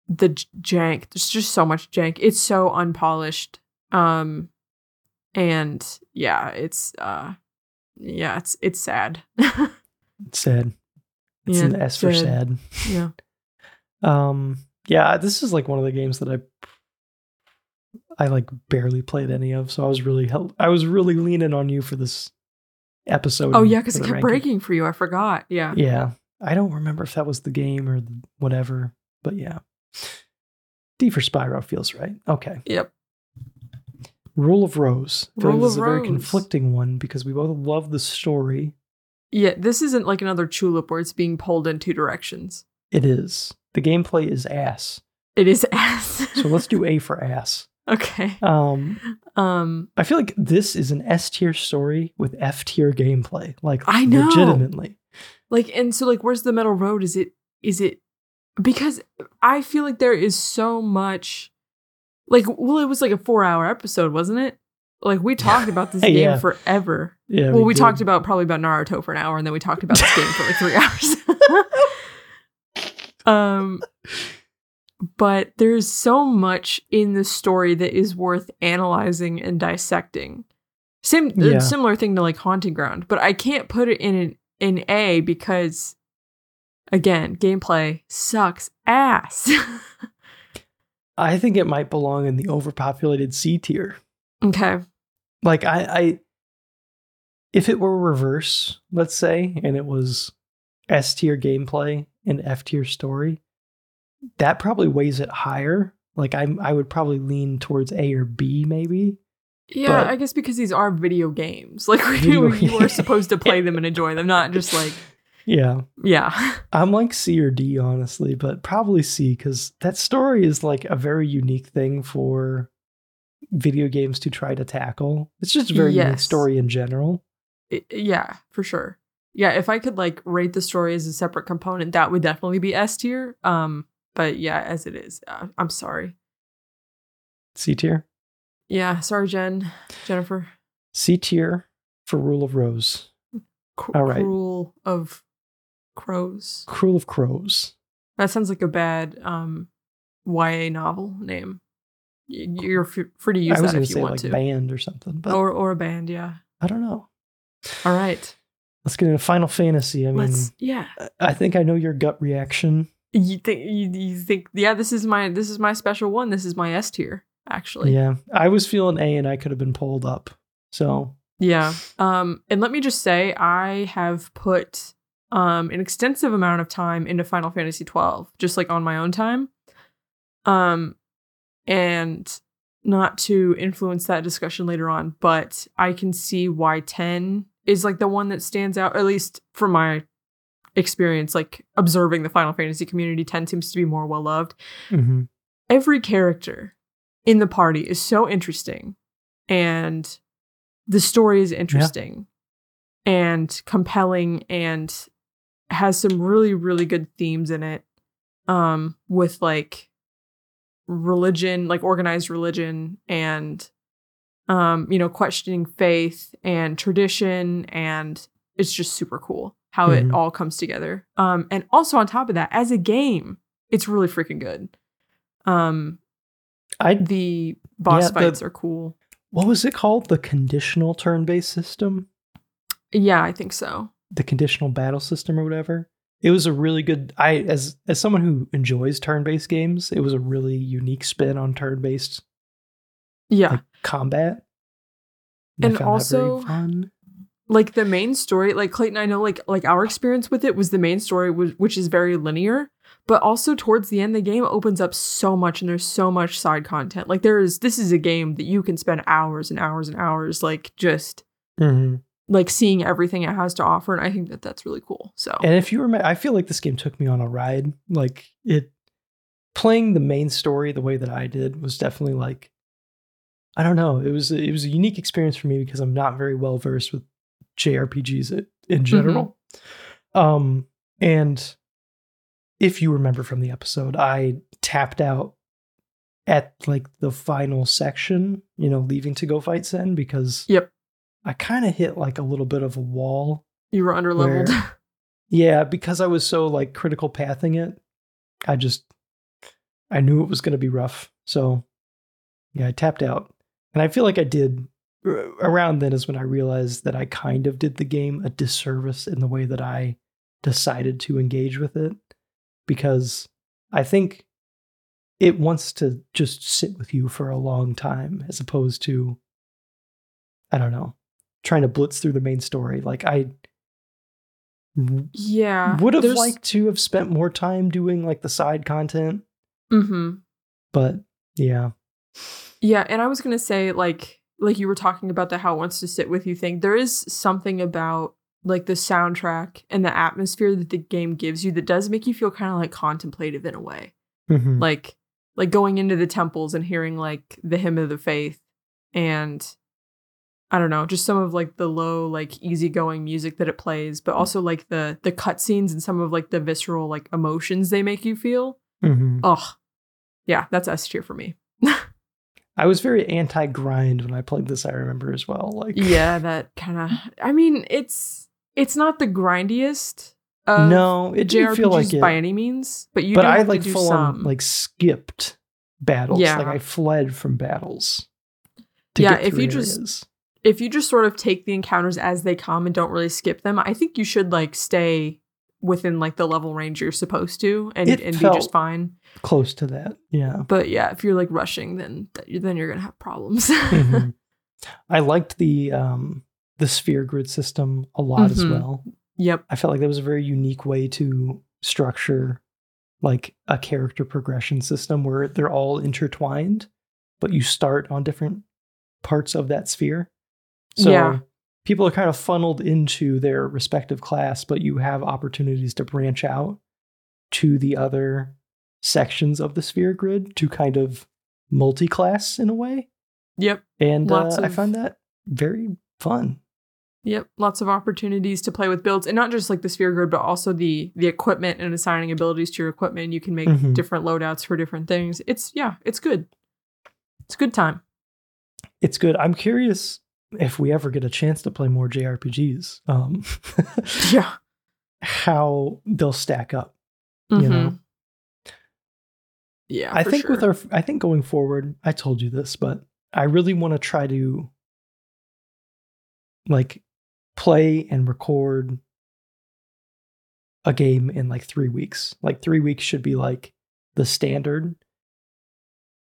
[SPEAKER 2] the j- jank, there's just so much jank. It's so unpolished. Um and yeah, it's uh yeah, it's it's sad. yeah,
[SPEAKER 1] it's sad. It's an S for sad.
[SPEAKER 2] Yeah.
[SPEAKER 1] [laughs] Um. Yeah. This is like one of the games that I. I like barely played any of, so I was really hel- I was really leaning on you for this episode.
[SPEAKER 2] Oh
[SPEAKER 1] and
[SPEAKER 2] yeah, because
[SPEAKER 1] for
[SPEAKER 2] it
[SPEAKER 1] the
[SPEAKER 2] kept
[SPEAKER 1] ranking.
[SPEAKER 2] breaking for you. I forgot. Yeah.
[SPEAKER 1] Yeah. I don't remember if that was the game or the whatever, but yeah. D for Spyro feels right. Okay.
[SPEAKER 2] Yep.
[SPEAKER 1] Rule of Rose. I feel like
[SPEAKER 2] Rule
[SPEAKER 1] this is
[SPEAKER 2] of
[SPEAKER 1] a very
[SPEAKER 2] Rose.
[SPEAKER 1] conflicting one because we both love the story.
[SPEAKER 2] Yeah, this isn't like another tulip where it's being pulled in two directions.
[SPEAKER 1] It is. The gameplay is ass.
[SPEAKER 2] It is [laughs] ass.
[SPEAKER 1] So let's do A for ass.
[SPEAKER 2] [laughs] okay.
[SPEAKER 1] Um,
[SPEAKER 2] Um,
[SPEAKER 1] I feel like this is an S tier story with F tier gameplay. Like
[SPEAKER 2] I know.
[SPEAKER 1] legitimately.
[SPEAKER 2] like, and so like, where's the metal road? Is it? Is it? Because I feel like there is so much. Like, well, it was like a four-hour episode, wasn't it? Like we talked about this game
[SPEAKER 1] [laughs] Yeah.
[SPEAKER 2] forever.
[SPEAKER 1] Yeah.
[SPEAKER 2] well, we,
[SPEAKER 1] did.
[SPEAKER 2] talked about probably about Naruto for an hour, and then we talked about this game for like three [laughs] hours. [laughs] um, but there's so much in the story that is worth analyzing and dissecting. Same, uh,
[SPEAKER 1] Yeah.
[SPEAKER 2] similar thing to like Haunting Ground, but I can't put it in an, in A because, again, gameplay sucks ass. [laughs]
[SPEAKER 1] I think it might belong in the overpopulated C tier.
[SPEAKER 2] okay,
[SPEAKER 1] like I, I if it were reverse let's say and it was s tier gameplay and f tier story that probably weighs it higher like i i would probably lean towards a or b maybe
[SPEAKER 2] yeah,
[SPEAKER 1] But-
[SPEAKER 2] I guess because these are video games, [laughs] like
[SPEAKER 1] Video
[SPEAKER 2] you are
[SPEAKER 1] games.
[SPEAKER 2] supposed to play them and enjoy them, not just like
[SPEAKER 1] yeah
[SPEAKER 2] yeah. [laughs]
[SPEAKER 1] i'm like c or d honestly but probably c cuz that story is like a very unique thing for video games to try to tackle it's just a very unique
[SPEAKER 2] Yes.
[SPEAKER 1] story in general
[SPEAKER 2] I- yeah, for sure. Yeah, if I could like rate the story as a separate component, that would definitely be S tier. Um, but yeah, as it is, uh, I'm sorry.
[SPEAKER 1] c tier
[SPEAKER 2] Yeah, sorry, Jen, Jennifer.
[SPEAKER 1] c tier for rule of rose
[SPEAKER 2] Cr-
[SPEAKER 1] All right.
[SPEAKER 2] Cruel of crows.
[SPEAKER 1] cruel of crows
[SPEAKER 2] That sounds like a bad um YA novel name. Y- You're f- free to use
[SPEAKER 1] I was
[SPEAKER 2] that
[SPEAKER 1] going
[SPEAKER 2] if
[SPEAKER 1] to
[SPEAKER 2] you
[SPEAKER 1] say
[SPEAKER 2] want
[SPEAKER 1] like
[SPEAKER 2] to,
[SPEAKER 1] band or something, but
[SPEAKER 2] or or a band. Yeah.
[SPEAKER 1] I don't know.
[SPEAKER 2] All right.
[SPEAKER 1] Let's get into Final Fantasy. I mean, uh,
[SPEAKER 2] Let's. Yeah.
[SPEAKER 1] I- I think I know your gut reaction.
[SPEAKER 2] You think you, you think yeah? This is my this is my special one. This is my S tier actually.
[SPEAKER 1] yeah, I was feeling A, and I could have been pulled up. So
[SPEAKER 2] Yeah. Um, and let me just say, I have put um, an extensive amount of time into Final Fantasy twelve, just like on my own time. Um, and not to influence that discussion later on, but I can see why ten is like the one that stands out, at least from my experience, like observing the Final Fantasy community. Ten seems to be more well loved
[SPEAKER 1] mhm.
[SPEAKER 2] every character in the party is so interesting and the story is interesting and compelling and has some really really good themes in it um with like religion like organized religion and um you know questioning faith and tradition and it's just super cool how
[SPEAKER 1] Mhm.
[SPEAKER 2] it all comes together um and also on top of that as a game it's really freaking good um
[SPEAKER 1] I
[SPEAKER 2] the boss
[SPEAKER 1] Yeah, the-
[SPEAKER 2] fights are cool
[SPEAKER 1] what was it called? The conditional turn-based system,
[SPEAKER 2] yeah i think so
[SPEAKER 1] the conditional battle system, or whatever. It was a really good. I as as someone who enjoys turn-based games, it was a really unique spin on turn-based
[SPEAKER 2] yeah
[SPEAKER 1] Like, combat. I
[SPEAKER 2] Ah. And
[SPEAKER 1] found that very
[SPEAKER 2] also-
[SPEAKER 1] fun.
[SPEAKER 2] like the main story like clayton i know like like our experience with it was the main story was, which is very linear but also towards the end the game opens up so much and there's so much side content like there is this is a game that you can spend hours and hours and hours like just like seeing everything it has to offer and i think that that's really cool so
[SPEAKER 1] And if you remember, I feel like this game took me on a ride. Like it, playing the main story the way that I did was definitely like, I don't know. It was it was a unique experience for me because I'm not very well versed with JRPGs i-
[SPEAKER 2] Mm-hmm.
[SPEAKER 1] in general. Um, and if you remember from the episode, I tapped out at like the final section, you know, leaving to go fight Sen because
[SPEAKER 2] Yep.
[SPEAKER 1] I kind of hit like a little bit of a wall
[SPEAKER 2] you were under leveled
[SPEAKER 1] yeah, because I was so like critical pathing it, I just I knew it was going to be rough. So yeah, I tapped out. And I feel like I did r- around then is when I realized that I kind of did the game a disservice in the way that I decided to engage with it because I think it wants to just sit with you for a long time as opposed to I don't know, trying to blitz through the main story. Like I
[SPEAKER 2] [laughs] yeah
[SPEAKER 1] would have
[SPEAKER 2] Uh, there's-
[SPEAKER 1] liked to have spent more time doing like the side content,
[SPEAKER 2] Mhm.
[SPEAKER 1] but yeah.
[SPEAKER 2] Yeah, and I was gonna say like like you were talking about the how it wants to sit with you thing. There is something about like the soundtrack and the atmosphere that the game gives you that does make you feel kind of like contemplative in a way.
[SPEAKER 1] Mhm.
[SPEAKER 2] Like like going into the temples and hearing like the hymn of the faith and I don't know, just some of like the low, like easygoing music that it plays, but also like the the cutscenes and some of like the visceral like emotions they make you feel.
[SPEAKER 1] Mhm.
[SPEAKER 2] Ugh. Yeah, that's S tier for me.
[SPEAKER 1] I was very anti grind when I played this. I remember as well. Like
[SPEAKER 2] yeah that kind of i mean it's it's not the grindiest of
[SPEAKER 1] no, it didn't
[SPEAKER 2] jrpgs
[SPEAKER 1] feel like it.
[SPEAKER 2] by any means but you
[SPEAKER 1] but
[SPEAKER 2] do
[SPEAKER 1] I
[SPEAKER 2] have
[SPEAKER 1] like
[SPEAKER 2] to do
[SPEAKER 1] full
[SPEAKER 2] some
[SPEAKER 1] on like skipped battles.
[SPEAKER 2] Yeah.
[SPEAKER 1] Like I fled from battles. To
[SPEAKER 2] Yeah,
[SPEAKER 1] get
[SPEAKER 2] if
[SPEAKER 1] through
[SPEAKER 2] you just-
[SPEAKER 1] areas.
[SPEAKER 2] if you just sort of take the encounters as they come and don't really skip them i think you should like stay within like the level range you're supposed to and,
[SPEAKER 1] It
[SPEAKER 2] and be
[SPEAKER 1] felt-
[SPEAKER 2] just fine
[SPEAKER 1] close to that, yeah.
[SPEAKER 2] but yeah if you're like rushing then th- then you're gonna have problems Mm-hmm.
[SPEAKER 1] Mhm. [laughs] I liked the um the sphere grid system a lot as
[SPEAKER 2] Mhm.
[SPEAKER 1] well.
[SPEAKER 2] [laughs] yep
[SPEAKER 1] I felt like that was a very unique way to structure like a character progression system where they're all intertwined, but you start on different parts of that sphere. So
[SPEAKER 2] Yeah.
[SPEAKER 1] people are kind of funneled into their respective class, but you have opportunities to branch out to the other sections of the sphere grid to kind of multi class in a way.
[SPEAKER 2] yep
[SPEAKER 1] And uh,
[SPEAKER 2] Lots
[SPEAKER 1] I
[SPEAKER 2] of-
[SPEAKER 1] find that very fun.
[SPEAKER 2] Yep, lots of opportunities to play with builds, and not just like the sphere grid, but also the the equipment and assigning abilities to your equipment. You can make
[SPEAKER 1] Mhm.
[SPEAKER 2] different loadouts for different things. It's yeah, it's good. It's a
[SPEAKER 1] [laughs]
[SPEAKER 2] good time.
[SPEAKER 1] it's good. I'm curious if we ever get a chance to play more JRPGs, um, [laughs]
[SPEAKER 2] Yeah.
[SPEAKER 1] how they'll stack up.
[SPEAKER 2] hmm
[SPEAKER 1] You know,
[SPEAKER 2] yeah.
[SPEAKER 1] I
[SPEAKER 2] for
[SPEAKER 1] think with
[SPEAKER 2] sure.
[SPEAKER 1] our, I think going forward, I told you this, but I really want to try to like play and record a game in like three weeks. Like three weeks should be like the standard.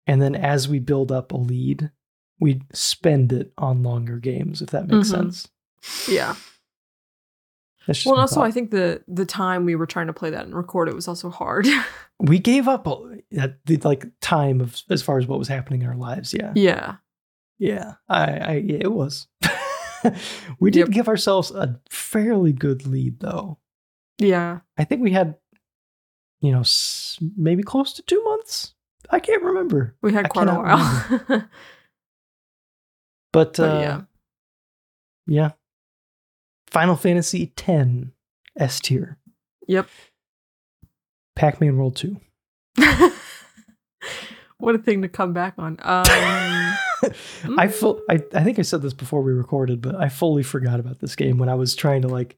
[SPEAKER 1] And then as we build up a lead, we spend it on longer games, if that makes
[SPEAKER 2] Mhm.
[SPEAKER 1] sense.
[SPEAKER 2] yeah.
[SPEAKER 1] That's just
[SPEAKER 2] Well, and
[SPEAKER 1] my
[SPEAKER 2] also
[SPEAKER 1] thought.
[SPEAKER 2] I think the the time we were trying to play that and record it was also hard.
[SPEAKER 1] we gave up a- at the like time of as far as what was happening in our lives yeah
[SPEAKER 2] [laughs] yeah.
[SPEAKER 1] yeah i, I yeah, it was [laughs] we did
[SPEAKER 2] Yep.
[SPEAKER 1] give ourselves a fairly good lead though
[SPEAKER 2] Yeah.
[SPEAKER 1] i think we had you know s- maybe close to two months i can't remember
[SPEAKER 2] We
[SPEAKER 1] I
[SPEAKER 2] had quite a
[SPEAKER 1] cannot
[SPEAKER 2] while.
[SPEAKER 1] but,
[SPEAKER 2] [laughs] But
[SPEAKER 1] uh, yeah
[SPEAKER 2] yeah.
[SPEAKER 1] final fantasy 10 s tier
[SPEAKER 2] Yep.
[SPEAKER 1] Pac-Man World Two.
[SPEAKER 2] [laughs] what a thing to come back on.
[SPEAKER 1] [laughs]
[SPEAKER 2] Um,
[SPEAKER 1] I full I, I think I said this before we recorded, but I fully forgot about this game when I was trying to like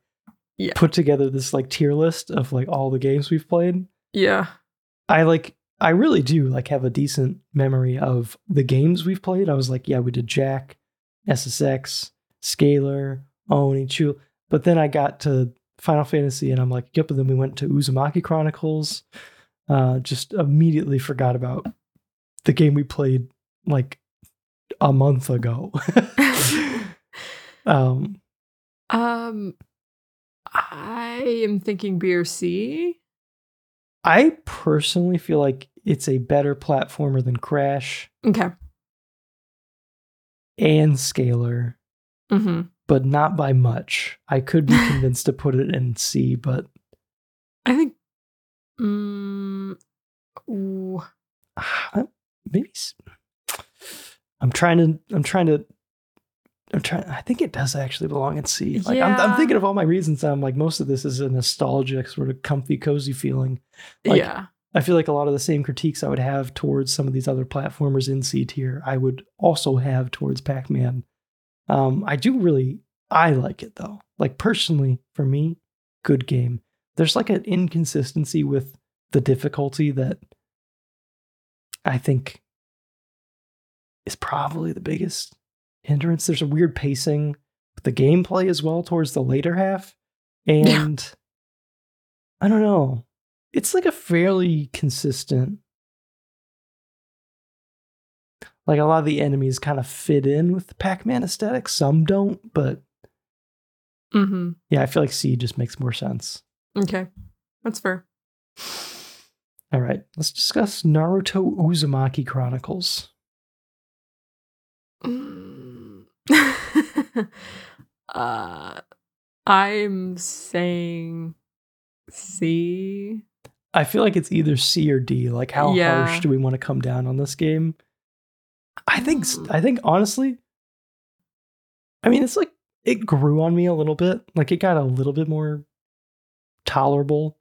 [SPEAKER 2] Yeah.
[SPEAKER 1] put together this like tier list of like all the games we've played.
[SPEAKER 2] yeah. [laughs]
[SPEAKER 1] I like I really do like have a decent memory of the games we've played. I was like, yeah, we did Jack, SSX, Scalar, Oni, Chul. But then I got to Final Fantasy and I'm like, yep, and then we went to Uzumaki Chronicles. Uh just immediately forgot about the game we played like a month ago. [laughs] um
[SPEAKER 2] Um, I am thinking B or C.
[SPEAKER 1] I personally feel like it's a better platformer than Crash
[SPEAKER 2] Okay.
[SPEAKER 1] and Scalar.
[SPEAKER 2] Mm-hmm.
[SPEAKER 1] but not by much. I could be convinced to put it in C, but
[SPEAKER 2] I think. Mm, ooh,
[SPEAKER 1] ah, maybe s- I'm trying to. I'm trying to. I'm trying. I think it does actually belong in C. Like I'm,
[SPEAKER 2] Yeah.
[SPEAKER 1] I'm thinking of all my reasons. I'm like most of this is a nostalgic sort of comfy, cozy feeling. Like-
[SPEAKER 2] yeah.
[SPEAKER 1] I feel like a lot of the same critiques I would have towards some of these other platformers in C tier, I would also have towards Pac Man. Um, I do really, I like it though. Like personally, for me, good game. There's like an inconsistency with the difficulty that I think is probably the biggest hindrance. There's a weird pacing with the gameplay as well towards the later half. And I don't know. It's like a fairly consistent. Like a lot of the enemies kind of fit in with the Pac Man aesthetic. Some don't, but
[SPEAKER 2] Mm-hmm.
[SPEAKER 1] yeah, I feel like C just makes more sense.
[SPEAKER 2] Okay, that's fair.
[SPEAKER 1] All right, let's discuss Naruto Uzumaki Chronicles.
[SPEAKER 2] Mm. [laughs] uh, I'm saying C.
[SPEAKER 1] I feel like it's either C or D. Like, how
[SPEAKER 2] Yeah.
[SPEAKER 1] harsh do we want to come down on this game? I think.
[SPEAKER 2] Mm.
[SPEAKER 1] I think honestly, I mean, it's like it grew on me a little bit. Like it got a little bit more tolerable.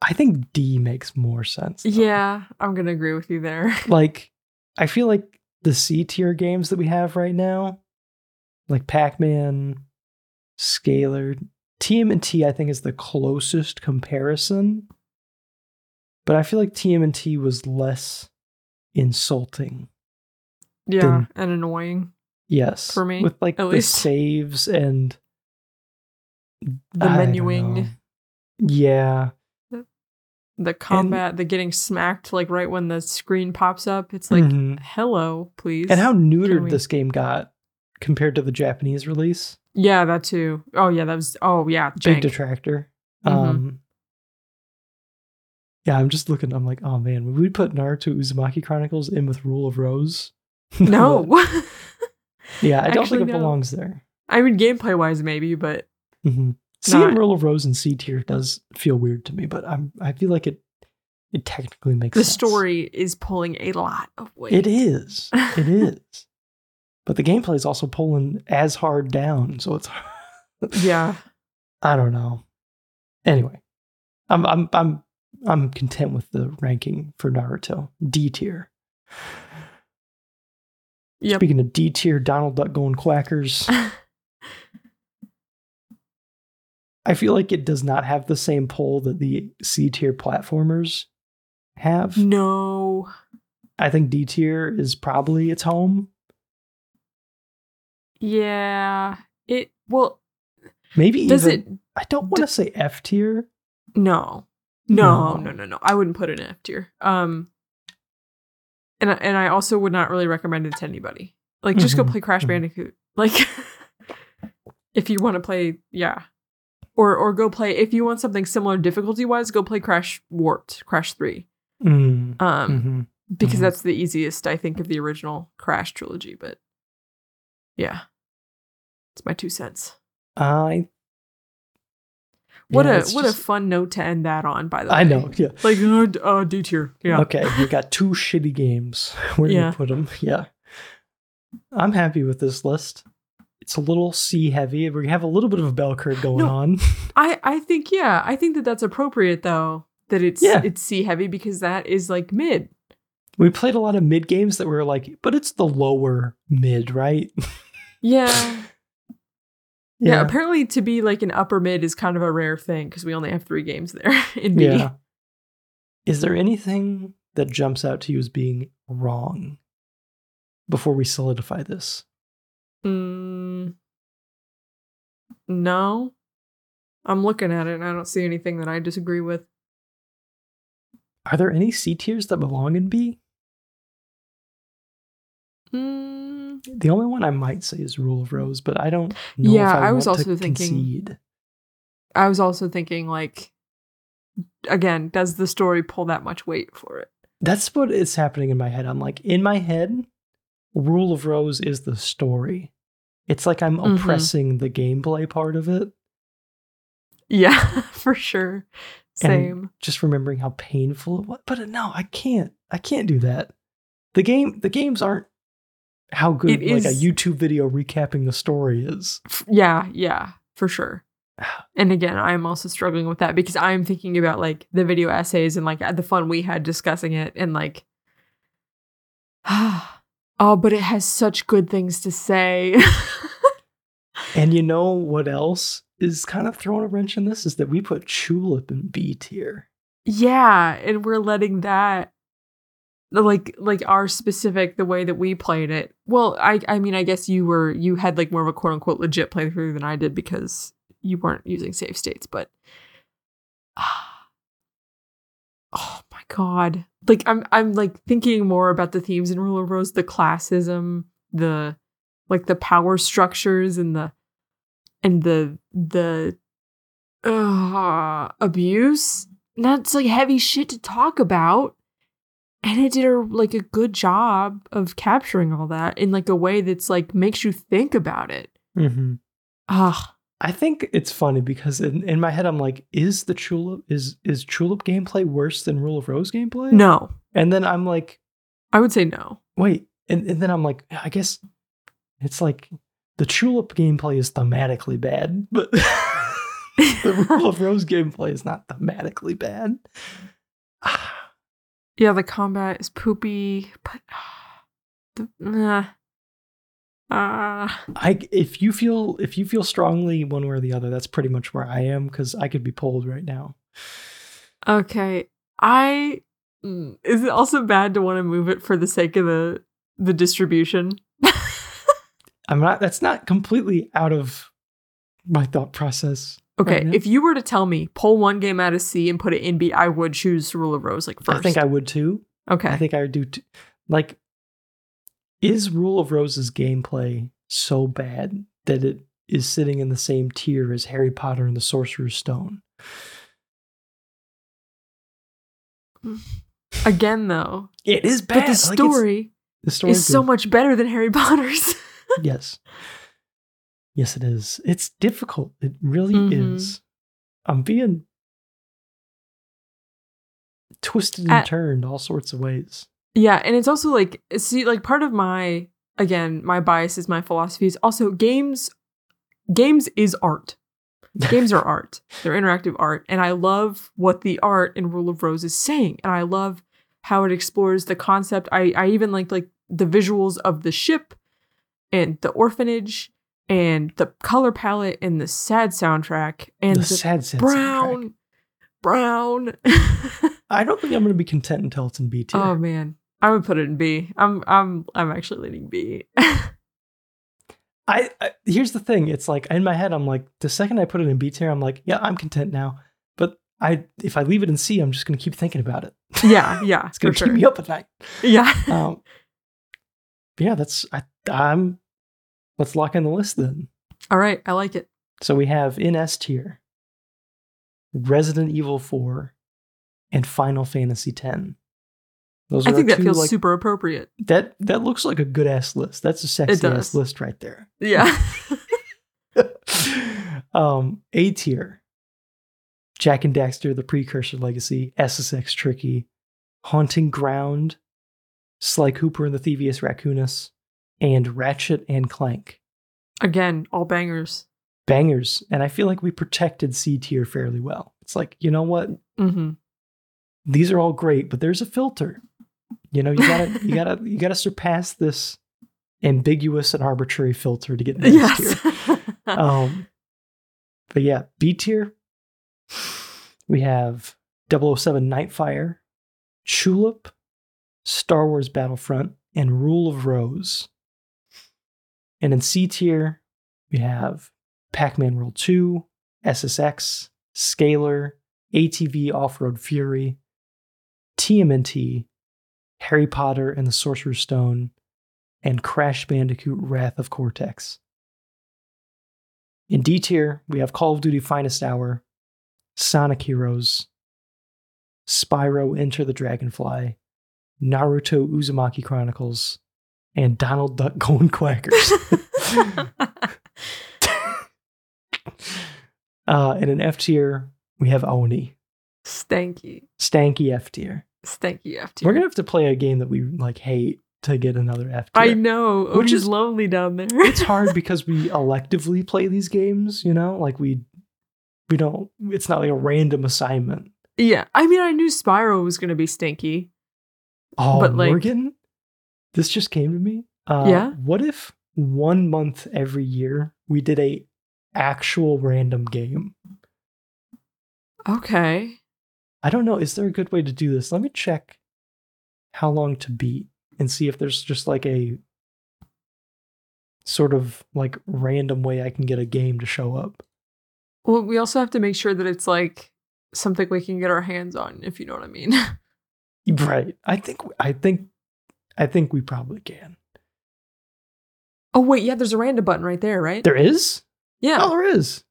[SPEAKER 1] I think D makes more sense. though.
[SPEAKER 2] Yeah, I'm gonna agree with you there. [laughs]
[SPEAKER 1] Like, I feel like the C tier games that we have right now, like Pac Man, Scalar, TMNT, I think is the closest comparison. But I feel like TMNT was less insulting.
[SPEAKER 2] Yeah,
[SPEAKER 1] Then-
[SPEAKER 2] and annoying.
[SPEAKER 1] Yes.
[SPEAKER 2] For me,
[SPEAKER 1] With like
[SPEAKER 2] at
[SPEAKER 1] the
[SPEAKER 2] least.
[SPEAKER 1] saves and
[SPEAKER 2] The
[SPEAKER 1] I don't know.
[SPEAKER 2] menuing,
[SPEAKER 1] Yeah.
[SPEAKER 2] the combat, the getting smacked like right when the screen pops up. It's like,
[SPEAKER 1] Mhm.
[SPEAKER 2] hello, please.
[SPEAKER 1] And how neutered
[SPEAKER 2] we-
[SPEAKER 1] this game got compared to the Japanese release.
[SPEAKER 2] Yeah, that too. Oh yeah, that was. Oh yeah,
[SPEAKER 1] big
[SPEAKER 2] jank.
[SPEAKER 1] detractor.
[SPEAKER 2] Mhm.
[SPEAKER 1] Um, yeah, I'm just looking. I'm like, oh man, would we put Naruto Uzumaki Chronicles in with Rule of Rose?
[SPEAKER 2] [laughs]
[SPEAKER 1] [laughs]
[SPEAKER 2] No,
[SPEAKER 1] yeah, I don't
[SPEAKER 2] Actually,
[SPEAKER 1] think it
[SPEAKER 2] no.
[SPEAKER 1] belongs there.
[SPEAKER 2] I mean gameplay wise maybe, but
[SPEAKER 1] Mhm. Seeing
[SPEAKER 2] Not-
[SPEAKER 1] Rule of Rose in C tier does feel weird to me, but I'm I feel like it it technically makes
[SPEAKER 2] the
[SPEAKER 1] sense.
[SPEAKER 2] story is pulling a lot of weight.
[SPEAKER 1] It is.
[SPEAKER 2] [laughs]
[SPEAKER 1] It is. But the gameplay is also pulling as hard down, so it's
[SPEAKER 2] Yeah.
[SPEAKER 1] I don't know. Anyway, I'm I'm I'm I'm content with the ranking for Naruto D tier.
[SPEAKER 2] Yep.
[SPEAKER 1] Speaking of D tier, Donald Duck going
[SPEAKER 2] [laughs]
[SPEAKER 1] quackers. I feel like it does not have the same pull that the C tier platformers have.
[SPEAKER 2] Mm. No.
[SPEAKER 1] I think D tier is probably its home.
[SPEAKER 2] Yeah. It well
[SPEAKER 1] Maybe
[SPEAKER 2] does
[SPEAKER 1] even
[SPEAKER 2] it
[SPEAKER 1] I don't want to say F tier.
[SPEAKER 2] no. No,
[SPEAKER 1] No.
[SPEAKER 2] no, no, no. I wouldn't put it in F tier. Um and I- and I also would not really recommend it to anybody. Like just
[SPEAKER 1] Mhm.
[SPEAKER 2] go play Crash
[SPEAKER 1] Mhm.
[SPEAKER 2] Bandicoot. [laughs] Like if you want to play, yeah. Or or go play if you want something similar difficulty wise, go play Crash Warped, Crash 3.
[SPEAKER 1] Mm,
[SPEAKER 2] Um
[SPEAKER 1] mhm.
[SPEAKER 2] because
[SPEAKER 1] Mhm.
[SPEAKER 2] that's the easiest I think of the original Crash trilogy. But yeah, it's my two cents.
[SPEAKER 1] I
[SPEAKER 2] What
[SPEAKER 1] Yeah,
[SPEAKER 2] a
[SPEAKER 1] it's
[SPEAKER 2] what a
[SPEAKER 1] just-
[SPEAKER 2] fun note to end that on. By the way,
[SPEAKER 1] I know. Yeah.
[SPEAKER 2] Like uh, d- uh, D tier. Yeah.
[SPEAKER 1] Okay, we got two shitty games. [laughs] Where do
[SPEAKER 2] Yeah.
[SPEAKER 1] you put them? Yeah. I'm happy with this list. it's a little C heavy. We have a little bit of a bell curve going
[SPEAKER 2] No.
[SPEAKER 1] on.
[SPEAKER 2] I I think yeah, I think that that's appropriate though that it's
[SPEAKER 1] Yeah.
[SPEAKER 2] it's C heavy because that is like mid.
[SPEAKER 1] We played a lot of mid games that were like, but it's the lower mid, right?
[SPEAKER 2] [laughs]
[SPEAKER 1] [laughs]
[SPEAKER 2] Yeah. yeah. apparently to be like an upper mid is kind of a rare thing because we only have three games there [laughs] in B.
[SPEAKER 1] Yeah. Is there anything that jumps out to you as being wrong before we solidify this?
[SPEAKER 2] Mm, no. I'm looking at it and I don't see anything that I disagree with.
[SPEAKER 1] Are there any C tiers that belong in B?
[SPEAKER 2] Mm,
[SPEAKER 1] The only one I might say is Rule of Rose, but I don't know.
[SPEAKER 2] Yeah,
[SPEAKER 1] if I,
[SPEAKER 2] I was
[SPEAKER 1] want to
[SPEAKER 2] also thinking-
[SPEAKER 1] concede.
[SPEAKER 2] I was also thinking like again, does the story pull that much weight for it? [laughs]
[SPEAKER 1] That's what is happening in my head. I'm like, in my head, Rule of Rose is the story. It's like I'm
[SPEAKER 2] Mhm.
[SPEAKER 1] oppressing the gameplay part of it.
[SPEAKER 2] Yeah, for sure. Same.
[SPEAKER 1] just remembering how painful it was. But uh, no, I can't. I can't do that. The game, the games aren't how good
[SPEAKER 2] It
[SPEAKER 1] like a
[SPEAKER 2] is-
[SPEAKER 1] YouTube video recapping the story is.
[SPEAKER 2] F- yeah, yeah, for sure. And again, I'm also struggling with that because I'm thinking about like the video essays and like uh, the fun we had discussing it and like [sighs] oh, but it has such good things to say. [laughs]
[SPEAKER 1] And you know what else is kind of throwing a wrench in this is that we put Tulip in B tier.
[SPEAKER 2] yeah, and we're letting that like like our specific the way that we played it. Well, I I mean, I guess you were you had like more of a quote unquote legit playthrough than I did because you weren't using save states, but [sighs] oh my god like i'm i'm like thinking more about the themes in rule of rose the classism the like the power structures and the and the the uh, abuse And that's like heavy shit to talk about and it did a, like a good job of capturing all that in like a way that's like makes you think about it
[SPEAKER 1] Mm-hmm.
[SPEAKER 2] ugh
[SPEAKER 1] I think it's funny because in, in my head I'm like, is the Tulip is is Tulip gameplay worse than Rule of Rose gameplay?
[SPEAKER 2] no
[SPEAKER 1] And then I'm like,
[SPEAKER 2] i would say no [laughs]
[SPEAKER 1] wait and, and then i'm like i guess it's like the tulip gameplay is thematically bad but [laughs] the rule of rose gameplay is not thematically bad Ah,
[SPEAKER 2] Yeah, the combat is poopy, but [sighs] the nah. Ah,
[SPEAKER 1] i if you feel if you feel strongly one way or the other that's pretty much where i am because i could be pulled right now
[SPEAKER 2] okay. I mm, is it also bad to want to move it for the sake of the the distribution? [laughs]
[SPEAKER 1] i'm not that's not completely out of my thought process
[SPEAKER 2] Okay,
[SPEAKER 1] Right, yeah.
[SPEAKER 2] if you were to tell me pull one game out of C and put it in B, I would choose Rule of Rose like first.
[SPEAKER 1] i think i would too
[SPEAKER 2] okay.
[SPEAKER 1] I think I would do t- like is Rule of Rose's gameplay so bad that it is sitting in the same tier as Harry Potter and the Sorcerer's Stone?
[SPEAKER 2] Again, though,
[SPEAKER 1] It is
[SPEAKER 2] but
[SPEAKER 1] bad.
[SPEAKER 2] the
[SPEAKER 1] Like, it's-
[SPEAKER 2] story
[SPEAKER 1] the story
[SPEAKER 2] is so much better than Harry [laughs] Potter's.
[SPEAKER 1] yes. Yes, it is. It's difficult. It really
[SPEAKER 2] Mhm.
[SPEAKER 1] is. I'm being twisted and
[SPEAKER 2] At-
[SPEAKER 1] turned all sorts of ways.
[SPEAKER 2] Yeah, and it's also like see like part of my again, my bias is my philosophy is also games games is
[SPEAKER 1] [laughs]
[SPEAKER 2] art. Games are art. They're interactive art and I love what the art in Rule of Rose is saying and I love how it explores the concept. I I even like like the visuals of the ship and the orphanage and the color palette and the sad soundtrack and
[SPEAKER 1] the
[SPEAKER 2] the,
[SPEAKER 1] sad, sad soundtrack.
[SPEAKER 2] brown brown [laughs]
[SPEAKER 1] I don't think I'm going to be content until it's in B tier.
[SPEAKER 2] Oh man, I would put it in B. I'm I'm I'm actually leaning B.
[SPEAKER 1] I, I here's the thing. It's like in my head, I'm like the second I put it in B tier, I'm like, yeah, I'm content now. But I if I leave it in C, I'm just gonna keep thinking about it.
[SPEAKER 2] yeah, [laughs]
[SPEAKER 1] [laughs]
[SPEAKER 2] yeah,
[SPEAKER 1] it's
[SPEAKER 2] for
[SPEAKER 1] gonna keep
[SPEAKER 2] sure.
[SPEAKER 1] me up at night.
[SPEAKER 2] Yeah,
[SPEAKER 1] Um, but yeah, that's I, I'm. Let's lock in the list then.
[SPEAKER 2] all right, I like it.
[SPEAKER 1] So we have in S tier, Resident Evil Four, and Final Fantasy Ten. Those
[SPEAKER 2] I
[SPEAKER 1] are
[SPEAKER 2] think
[SPEAKER 1] our
[SPEAKER 2] that
[SPEAKER 1] two,
[SPEAKER 2] feels
[SPEAKER 1] like,
[SPEAKER 2] super appropriate.
[SPEAKER 1] That that looks like a good ass list. That's a sexy ass
[SPEAKER 2] does.
[SPEAKER 1] list right there.
[SPEAKER 2] Yeah, [laughs]
[SPEAKER 1] [laughs] um, A tier. Jack and Daxter, The Precursor Legacy, SSX Tricky, Haunting Ground, Sly Cooper and the Thievius Raccoonus, and Ratchet and Clank.
[SPEAKER 2] Again, all bangers.
[SPEAKER 1] Bangers. And I feel like we protected C tier fairly well. It's like, you know what?
[SPEAKER 2] [laughs] Mm-hmm.
[SPEAKER 1] These are all great, but there's a filter. You know, you gotta you gotta you gotta surpass this ambiguous and arbitrary filter
[SPEAKER 2] [laughs]
[SPEAKER 1] to get into S tier.
[SPEAKER 2] Yes. [laughs]
[SPEAKER 1] Um but yeah, B tier. We have 007 Nightfire, Tulip, Star Wars Battlefront, and Rule of Rose. And in C tier, we have Pac Man World 2, SSX, Scalar, ATV Off Road Fury, TMNT, Harry Potter and the Sorcerer's Stone, and Crash Bandicoot Wrath of Cortex. In D tier, we have Call of Duty Finest Hour, Sonic Heroes, Spyro Enter the Dragonfly, Naruto Uzumaki Chronicles, and Donald Duck [laughs] Going
[SPEAKER 2] [laughs]
[SPEAKER 1] Quackers. uh, and in F tier, we have Oni,
[SPEAKER 2] Stanky.
[SPEAKER 1] Stanky F tier.
[SPEAKER 2] Stanky F tier.
[SPEAKER 1] We're gonna have to play a game that we like hate to get another F tier.
[SPEAKER 2] I know.
[SPEAKER 1] Which
[SPEAKER 2] Which
[SPEAKER 1] is-
[SPEAKER 2] is lonely down there.
[SPEAKER 1] [laughs] it's
[SPEAKER 2] [laughs]
[SPEAKER 1] hard because we electively play these games, you know? Like we we don't it's not like a random assignment.
[SPEAKER 2] yeah. I mean, I knew Spyro was going to be stinky.
[SPEAKER 1] Oh,
[SPEAKER 2] But, like-
[SPEAKER 1] Morgan, this just came to me. Uh,
[SPEAKER 2] Yeah?
[SPEAKER 1] What if one month every year we did a actual random game?
[SPEAKER 2] Okay.
[SPEAKER 1] I don't know. Is there a good way to do this? Let me check how long to beat and see if there's just like a sort of like random way I can get a game to show up.
[SPEAKER 2] Well, we also have to make sure that it's like something we can get our hands on, if you know what I mean.
[SPEAKER 1] Right. I think. I think. I think we probably can.
[SPEAKER 2] oh, wait. Yeah. There's a random button right there, right?
[SPEAKER 1] There is.
[SPEAKER 2] yeah.
[SPEAKER 1] Oh, there is.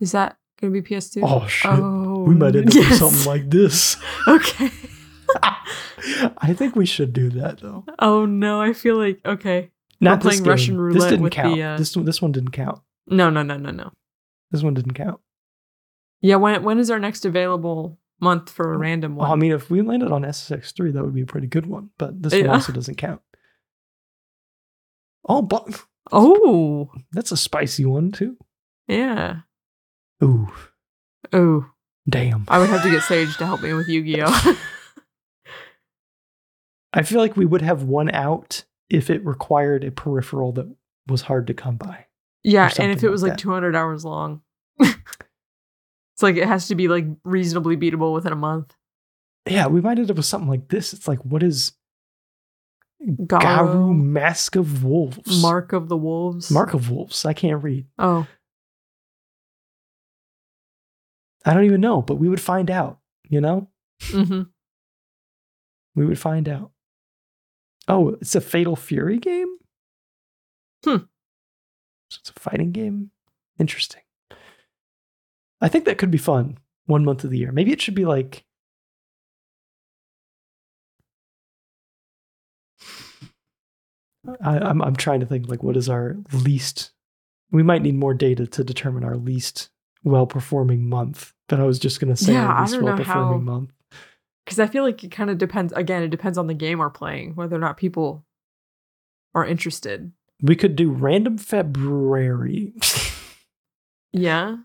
[SPEAKER 2] Is that going to be PS2?
[SPEAKER 1] Oh shit.
[SPEAKER 2] Oh,
[SPEAKER 1] we might end up with
[SPEAKER 2] yes. [laughs]
[SPEAKER 1] something like this.
[SPEAKER 2] Okay.
[SPEAKER 1] I think we should do that though.
[SPEAKER 2] Oh no, I feel like okay.
[SPEAKER 1] Not this
[SPEAKER 2] playing Russian
[SPEAKER 1] game. This
[SPEAKER 2] roulette
[SPEAKER 1] didn't
[SPEAKER 2] with
[SPEAKER 1] count.
[SPEAKER 2] the, uh,
[SPEAKER 1] This this one didn't count.
[SPEAKER 2] No, no, no, no, no.
[SPEAKER 1] This one didn't count.
[SPEAKER 2] Yeah, when when is our next available month for a random one?
[SPEAKER 1] Well, Oh, I mean, if we landed on SSX three, that would be a pretty good one. But this one
[SPEAKER 2] Yeah.
[SPEAKER 1] also doesn't count. Oh, but
[SPEAKER 2] oh,
[SPEAKER 1] that's a spicy one too.
[SPEAKER 2] yeah.
[SPEAKER 1] Ooh,
[SPEAKER 2] Oh,
[SPEAKER 1] damn.
[SPEAKER 2] I would have to get Sage to help me
[SPEAKER 1] [laughs]
[SPEAKER 2] with Yu-Gi-Oh.
[SPEAKER 1] I feel like we would have one out if it required a peripheral that was hard to come by.
[SPEAKER 2] [laughs] yeah, and if
[SPEAKER 1] something
[SPEAKER 2] it was
[SPEAKER 1] like
[SPEAKER 2] like
[SPEAKER 1] that.
[SPEAKER 2] 200 hours long, [laughs] it's like it has to be like reasonably beatable within a month.
[SPEAKER 1] Yeah, we might end up with something like this. It's like, what is
[SPEAKER 2] Garu,
[SPEAKER 1] Garu Mask of Wolves?
[SPEAKER 2] Mark of the Wolves.
[SPEAKER 1] Mark of Wolves. I can't read.
[SPEAKER 2] Oh,
[SPEAKER 1] I don't even know, but we would find out, you know?
[SPEAKER 2] hmm
[SPEAKER 1] We would find out. Oh, it's a Fatal Fury game?
[SPEAKER 2] Hmm.
[SPEAKER 1] So it's a fighting game? Interesting. I think that could be fun one month of the year. Maybe it should be like. I, I'm, I'm trying to think like what is our least we might need more data to determine our least well performing month but i was just going to say
[SPEAKER 2] Yeah,
[SPEAKER 1] our
[SPEAKER 2] I
[SPEAKER 1] least
[SPEAKER 2] don't know
[SPEAKER 1] well performing
[SPEAKER 2] how-
[SPEAKER 1] month
[SPEAKER 2] because I feel like it kind of depends. Again, it depends on the game we're playing, whether or not people are interested.
[SPEAKER 1] We could do random February.
[SPEAKER 2] Yeah.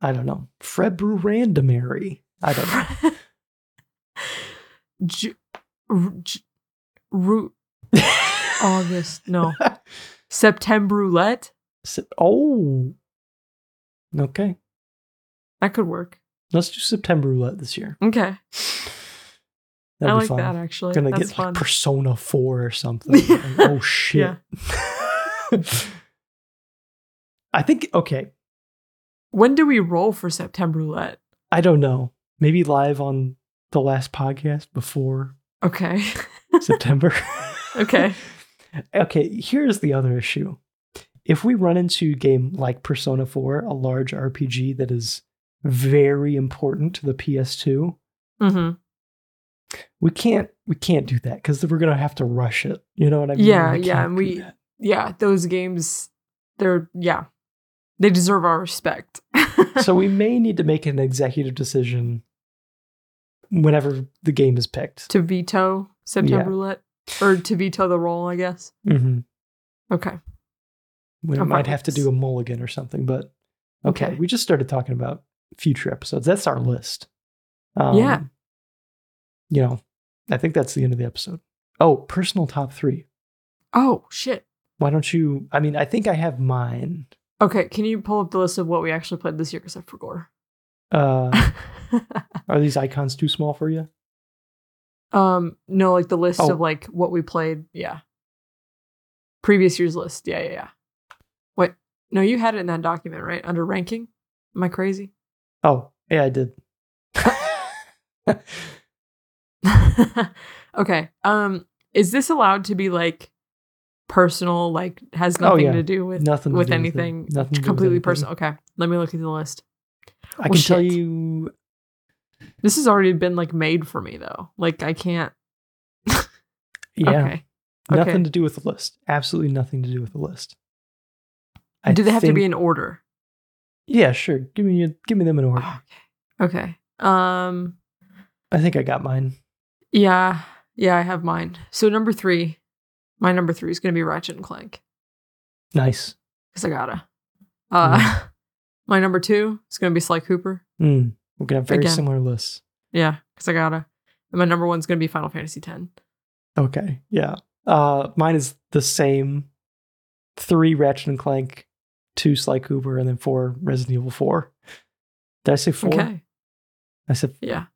[SPEAKER 1] I don't know. February randomary. I don't
[SPEAKER 2] [laughs]
[SPEAKER 1] know. [laughs]
[SPEAKER 2] Ju- r- j- root
[SPEAKER 1] [laughs]
[SPEAKER 2] August. No. September roulette.
[SPEAKER 1] Se- oh. Okay.
[SPEAKER 2] That could work.
[SPEAKER 1] Let's do September roulette this year.
[SPEAKER 2] Okay.
[SPEAKER 1] That'd be
[SPEAKER 2] I like
[SPEAKER 1] fun.
[SPEAKER 2] that actually.
[SPEAKER 1] Gonna
[SPEAKER 2] That's
[SPEAKER 1] get
[SPEAKER 2] fun.
[SPEAKER 1] like Persona 4 or
[SPEAKER 2] [laughs]
[SPEAKER 1] something. Like, oh shit. [laughs] I think okay.
[SPEAKER 2] when do we roll for September roulette?
[SPEAKER 1] I don't know. Maybe live on the last podcast
[SPEAKER 2] [laughs]
[SPEAKER 1] before [laughs]
[SPEAKER 2] Okay.
[SPEAKER 1] September.
[SPEAKER 2] Okay.
[SPEAKER 1] Okay, here's the other issue. If we run into a game like Persona 4, a large RPG that is very important to the PS2,
[SPEAKER 2] hmm
[SPEAKER 1] Mm-hmm. we can't we can't do that because we're gonna have to rush it. You know what I mean?
[SPEAKER 2] Yeah,
[SPEAKER 1] We
[SPEAKER 2] yeah,
[SPEAKER 1] can't
[SPEAKER 2] and
[SPEAKER 1] do
[SPEAKER 2] we-
[SPEAKER 1] that.
[SPEAKER 2] Yeah. Those games, they're, yeah, they deserve our respect.
[SPEAKER 1] so we may need to make an executive decision whenever the game is
[SPEAKER 2] [laughs]
[SPEAKER 1] picked.
[SPEAKER 2] to veto September
[SPEAKER 1] Yeah. Mm-hmm.
[SPEAKER 2] roulette or to veto the roll, I guess.
[SPEAKER 1] hmm
[SPEAKER 2] Okay.
[SPEAKER 1] We
[SPEAKER 2] I'm fine
[SPEAKER 1] might
[SPEAKER 2] with
[SPEAKER 1] have to
[SPEAKER 2] this.
[SPEAKER 1] do a mulligan or something, but okay.
[SPEAKER 2] Okay.
[SPEAKER 1] We just started talking about future episodes. That's our list. Um,
[SPEAKER 2] Yeah.
[SPEAKER 1] You know, I think that's the end of the episode. Oh, personal top three.
[SPEAKER 2] Oh shit.
[SPEAKER 1] Why don't you? I mean, I think I have mine.
[SPEAKER 2] Okay, can you pull up the list of what we actually played this year? Because I forgot. [laughs]
[SPEAKER 1] Uh, are these icons too small for you?
[SPEAKER 2] um, no, like the list
[SPEAKER 1] Oh.
[SPEAKER 2] of like what we played. Yeah. Previous year's list. Yeah, yeah, yeah. Wait, no, you had it in that document, right? Under ranking. Am I crazy? [laughs]
[SPEAKER 1] Oh, yeah, I did.
[SPEAKER 2] okay. Um, is this allowed to be like personal? Like has
[SPEAKER 1] Oh,
[SPEAKER 2] nothing
[SPEAKER 1] yeah.
[SPEAKER 2] to do with
[SPEAKER 1] Nothing to
[SPEAKER 2] with
[SPEAKER 1] do it.
[SPEAKER 2] anything.
[SPEAKER 1] Nothing to do with
[SPEAKER 2] completely
[SPEAKER 1] anything.
[SPEAKER 2] personal. Okay, let me look at the list.
[SPEAKER 1] I
[SPEAKER 2] Well,
[SPEAKER 1] can tell
[SPEAKER 2] shit.
[SPEAKER 1] you.
[SPEAKER 2] This has already been like made for me though. Like I can't.
[SPEAKER 1] Yeah,
[SPEAKER 2] Okay.
[SPEAKER 1] nothing
[SPEAKER 2] okay.
[SPEAKER 1] to do with the list. Absolutely nothing to do with the list.
[SPEAKER 2] do they have to
[SPEAKER 1] think-
[SPEAKER 2] be in order?
[SPEAKER 1] Yeah, sure. Give me your, give me them in order.
[SPEAKER 2] Oh, okay. Okay. Um.
[SPEAKER 1] I think I got mine.
[SPEAKER 2] Yeah. Yeah. I have mine. So number three, my number three is gonna be Ratchet and Clank
[SPEAKER 1] Nice.
[SPEAKER 2] because I gotta. Uh,
[SPEAKER 1] Mm-hmm.
[SPEAKER 2] [laughs] my number two is gonna be Sly Cooper.
[SPEAKER 1] Mm. We're gonna have very
[SPEAKER 2] Again.
[SPEAKER 1] similar lists.
[SPEAKER 2] Yeah, because I gotta. And my number one's gonna be Final Fantasy X.
[SPEAKER 1] Okay. Yeah. Uh, mine is the same. Three Ratchet and Clank, two Sly Cooper, and then four Resident Evil Four. Did I say four?
[SPEAKER 2] Okay.
[SPEAKER 1] I said
[SPEAKER 2] Yeah.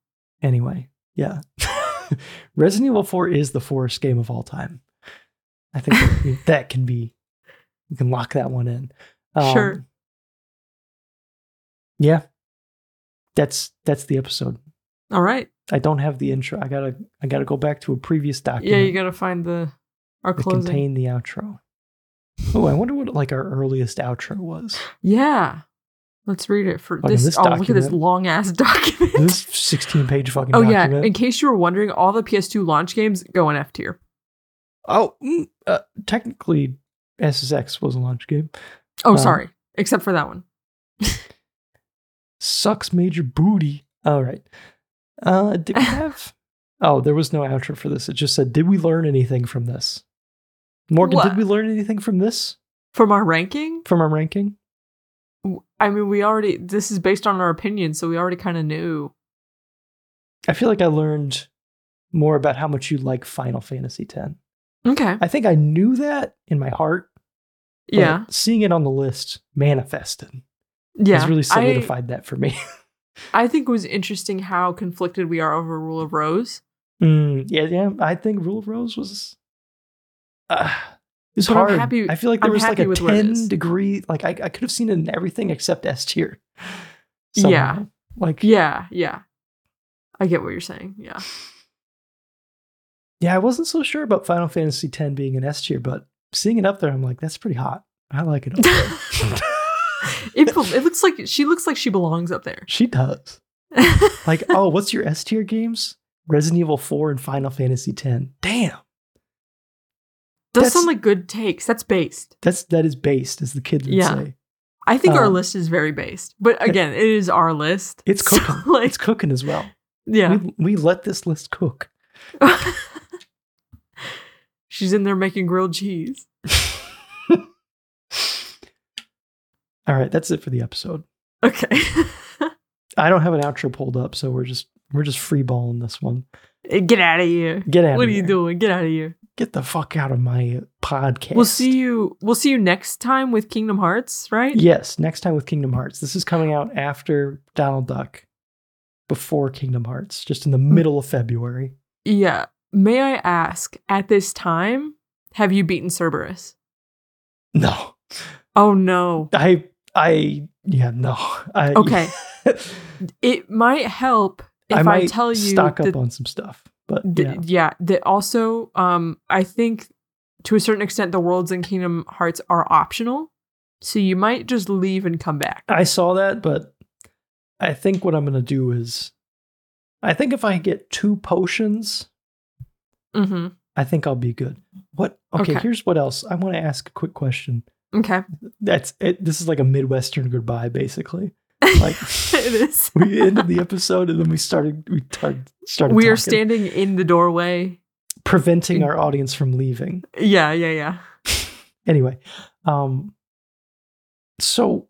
[SPEAKER 1] anyway. Yeah. [laughs] Resident Evil Four is the forest game of all time. I think
[SPEAKER 2] [laughs]
[SPEAKER 1] that- that can be. You can lock that one in. Um,
[SPEAKER 2] Sure.
[SPEAKER 1] Yeah. That's that's the episode.
[SPEAKER 2] All right.
[SPEAKER 1] I don't have the intro. I gotta I gotta go back to a previous
[SPEAKER 2] Yeah,
[SPEAKER 1] document
[SPEAKER 2] you gotta find the our
[SPEAKER 1] that
[SPEAKER 2] closing.
[SPEAKER 1] contained the outro. Oh, I wonder what like our earliest outro
[SPEAKER 2] [laughs]
[SPEAKER 1] was.
[SPEAKER 2] yeah. Let's read it for
[SPEAKER 1] Fucking
[SPEAKER 2] this.
[SPEAKER 1] this
[SPEAKER 2] oh, look at this
[SPEAKER 1] document.
[SPEAKER 2] long [laughs] ass document.
[SPEAKER 1] This sixteen page fucking
[SPEAKER 2] oh
[SPEAKER 1] document.
[SPEAKER 2] yeah. In case you were wondering, all the PS2 launch games go in F tier.
[SPEAKER 1] oh, mm, uh, technically, SSX was a launch game.
[SPEAKER 2] Oh,
[SPEAKER 1] Um,
[SPEAKER 2] sorry. Except for that one.
[SPEAKER 1] Sucks major booty. All right. Uh, did
[SPEAKER 2] [laughs]
[SPEAKER 1] we have? oh, there was no outro for this. It just said, "Did we learn anything from this?" Morgan,
[SPEAKER 2] Wha-
[SPEAKER 1] did we learn anything from this
[SPEAKER 2] From our ranking,
[SPEAKER 1] from our ranking?
[SPEAKER 2] w- I mean, we already. This is based on our opinion, so we already kind of knew.
[SPEAKER 1] I feel like I learned more about how much you like Final Fantasy X.
[SPEAKER 2] Okay.
[SPEAKER 1] I think I knew that in my heart. but
[SPEAKER 2] Yeah.
[SPEAKER 1] Seeing it on the list manifested.
[SPEAKER 2] Yeah.
[SPEAKER 1] Has really
[SPEAKER 2] I,
[SPEAKER 1] solidified that for me.
[SPEAKER 2] I think it was interesting how conflicted we are over Rule of Rose.
[SPEAKER 1] Mm, yeah, yeah. I think Rule of Rose was. Uh, it's
[SPEAKER 2] But I'm
[SPEAKER 1] hard.
[SPEAKER 2] happy-
[SPEAKER 1] I feel like there
[SPEAKER 2] I'm
[SPEAKER 1] was like
[SPEAKER 2] happy
[SPEAKER 1] a
[SPEAKER 2] with where it is.
[SPEAKER 1] 10 degree. Like I, I could have seen it in everything except S tier.
[SPEAKER 2] Yeah.
[SPEAKER 1] Somehow. Like, yeah.
[SPEAKER 2] Yeah, yeah. I get what you're saying.
[SPEAKER 1] [laughs]
[SPEAKER 2] Yeah.
[SPEAKER 1] I wasn't so sure about Final Fantasy X being an S tier, but seeing it up there, I'm like, that's pretty hot. I like it. Up
[SPEAKER 2] [laughs]
[SPEAKER 1] there.
[SPEAKER 2] it, bel- it looks like she looks like she belongs up there. [laughs]
[SPEAKER 1] she does. Like, oh, what's your S tier games? Resident Evil 4 and Final Fantasy X. Damn.
[SPEAKER 2] Those
[SPEAKER 1] That's-
[SPEAKER 2] sound like good takes. That's based.
[SPEAKER 1] That's that is based, as the kids would
[SPEAKER 2] Yeah.
[SPEAKER 1] say.
[SPEAKER 2] I think our
[SPEAKER 1] Um,
[SPEAKER 2] list is very based, but again, it is our list.
[SPEAKER 1] It's
[SPEAKER 2] So,
[SPEAKER 1] cooking.
[SPEAKER 2] [laughs] like,
[SPEAKER 1] It's cooking as well.
[SPEAKER 2] yeah,
[SPEAKER 1] We, we let this list cook. Mm-hmm.
[SPEAKER 2] [laughs] she's in there making grilled cheese.
[SPEAKER 1] [laughs] All right, that's it for the episode.
[SPEAKER 2] Okay, [laughs]
[SPEAKER 1] I don't have an outro pulled up, so we're just we're just freeballing this one.
[SPEAKER 2] get out of here.
[SPEAKER 1] Get out.
[SPEAKER 2] What
[SPEAKER 1] of
[SPEAKER 2] are you
[SPEAKER 1] here.
[SPEAKER 2] doing? Get out of here.
[SPEAKER 1] Get the fuck out of my podcast.
[SPEAKER 2] We'll see you. We'll see you next time with Kingdom Hearts, right?
[SPEAKER 1] Yes, next time with Kingdom Hearts. This is coming out after Donald Duck, before Kingdom Hearts, just in the
[SPEAKER 2] Hmm.
[SPEAKER 1] middle of February.
[SPEAKER 2] Yeah. May I ask, at this time, have you beaten Cerberus?
[SPEAKER 1] No,
[SPEAKER 2] Oh
[SPEAKER 1] [laughs]
[SPEAKER 2] no.
[SPEAKER 1] I I yeah no. [laughs] I,
[SPEAKER 2] Okay. It might help if I,
[SPEAKER 1] might
[SPEAKER 2] tell you
[SPEAKER 1] stock up
[SPEAKER 2] that,
[SPEAKER 1] on some stuff, but
[SPEAKER 2] th-
[SPEAKER 1] yeah.
[SPEAKER 2] yeah. that also um I think to a certain extent the worlds in Kingdom Hearts are optional. So you might just leave and come back.
[SPEAKER 1] I saw that, but I think what I'm going to do is I think if I get two potions,
[SPEAKER 2] hmm
[SPEAKER 1] I think I'll be good. What? Okay,
[SPEAKER 2] Okay.
[SPEAKER 1] here's what else. I want to ask a quick question. [laughs]
[SPEAKER 2] Okay. [laughs]
[SPEAKER 1] That's it. This is like a Midwestern goodbye, basically.
[SPEAKER 2] [laughs]
[SPEAKER 1] Like
[SPEAKER 2] it is.
[SPEAKER 1] we ended the episode and then we started. We tar- started.
[SPEAKER 2] We are
[SPEAKER 1] talking,
[SPEAKER 2] standing in the doorway.
[SPEAKER 1] preventing our audience from leaving.
[SPEAKER 2] Yeah, yeah, yeah.
[SPEAKER 1] Anyway, um, so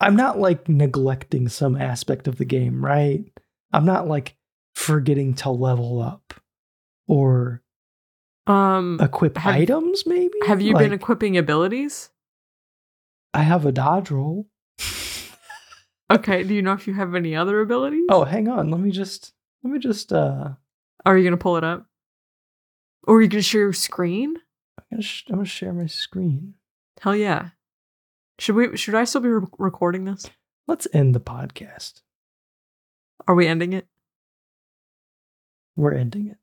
[SPEAKER 1] I'm not like neglecting some aspect of the game, right? I'm not like forgetting to level up or
[SPEAKER 2] Um,
[SPEAKER 1] equip
[SPEAKER 2] Have-
[SPEAKER 1] items, maybe?
[SPEAKER 2] have you been
[SPEAKER 1] Uh, Like,
[SPEAKER 2] equipping abilities?
[SPEAKER 1] I have a dodge roll.
[SPEAKER 2] Okay. Do you know if you have any other abilities?
[SPEAKER 1] Oh, hang on. Let me just let me just uh
[SPEAKER 2] Are you gonna pull it up? Or are you gonna share your screen?
[SPEAKER 1] I'm gonna, sh- I'm gonna share my screen.
[SPEAKER 2] Hell yeah. Should we? Should I still be re- recording this?
[SPEAKER 1] Let's end the podcast.
[SPEAKER 2] Are we ending it?
[SPEAKER 1] We're ending it.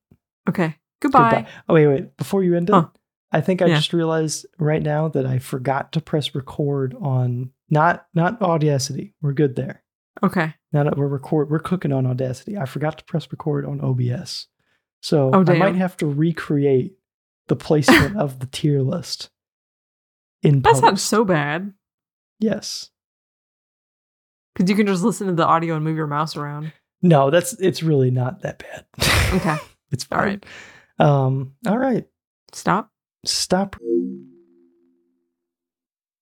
[SPEAKER 2] Okay. Goodbye.
[SPEAKER 1] Oh wait, wait. Before you end it,
[SPEAKER 2] Huh.
[SPEAKER 1] I think I
[SPEAKER 2] Yeah.
[SPEAKER 1] just realized right now that I forgot to press record on not not Audacity. We're good there.
[SPEAKER 2] Okay.
[SPEAKER 1] Now that we're record, we're cooking on Audacity. I forgot to press record on OBS, so
[SPEAKER 2] Oh,
[SPEAKER 1] I
[SPEAKER 2] damn.
[SPEAKER 1] might have to recreate the placement of the tier list. In
[SPEAKER 2] That's not
[SPEAKER 1] post.
[SPEAKER 2] so bad
[SPEAKER 1] Yes.
[SPEAKER 2] because you can just listen to the audio and move your mouse around.
[SPEAKER 1] No, that's it's really not that bad.
[SPEAKER 2] Okay.
[SPEAKER 1] [laughs] it's
[SPEAKER 2] All
[SPEAKER 1] fine. Um. All right.
[SPEAKER 2] Stop.
[SPEAKER 1] Stop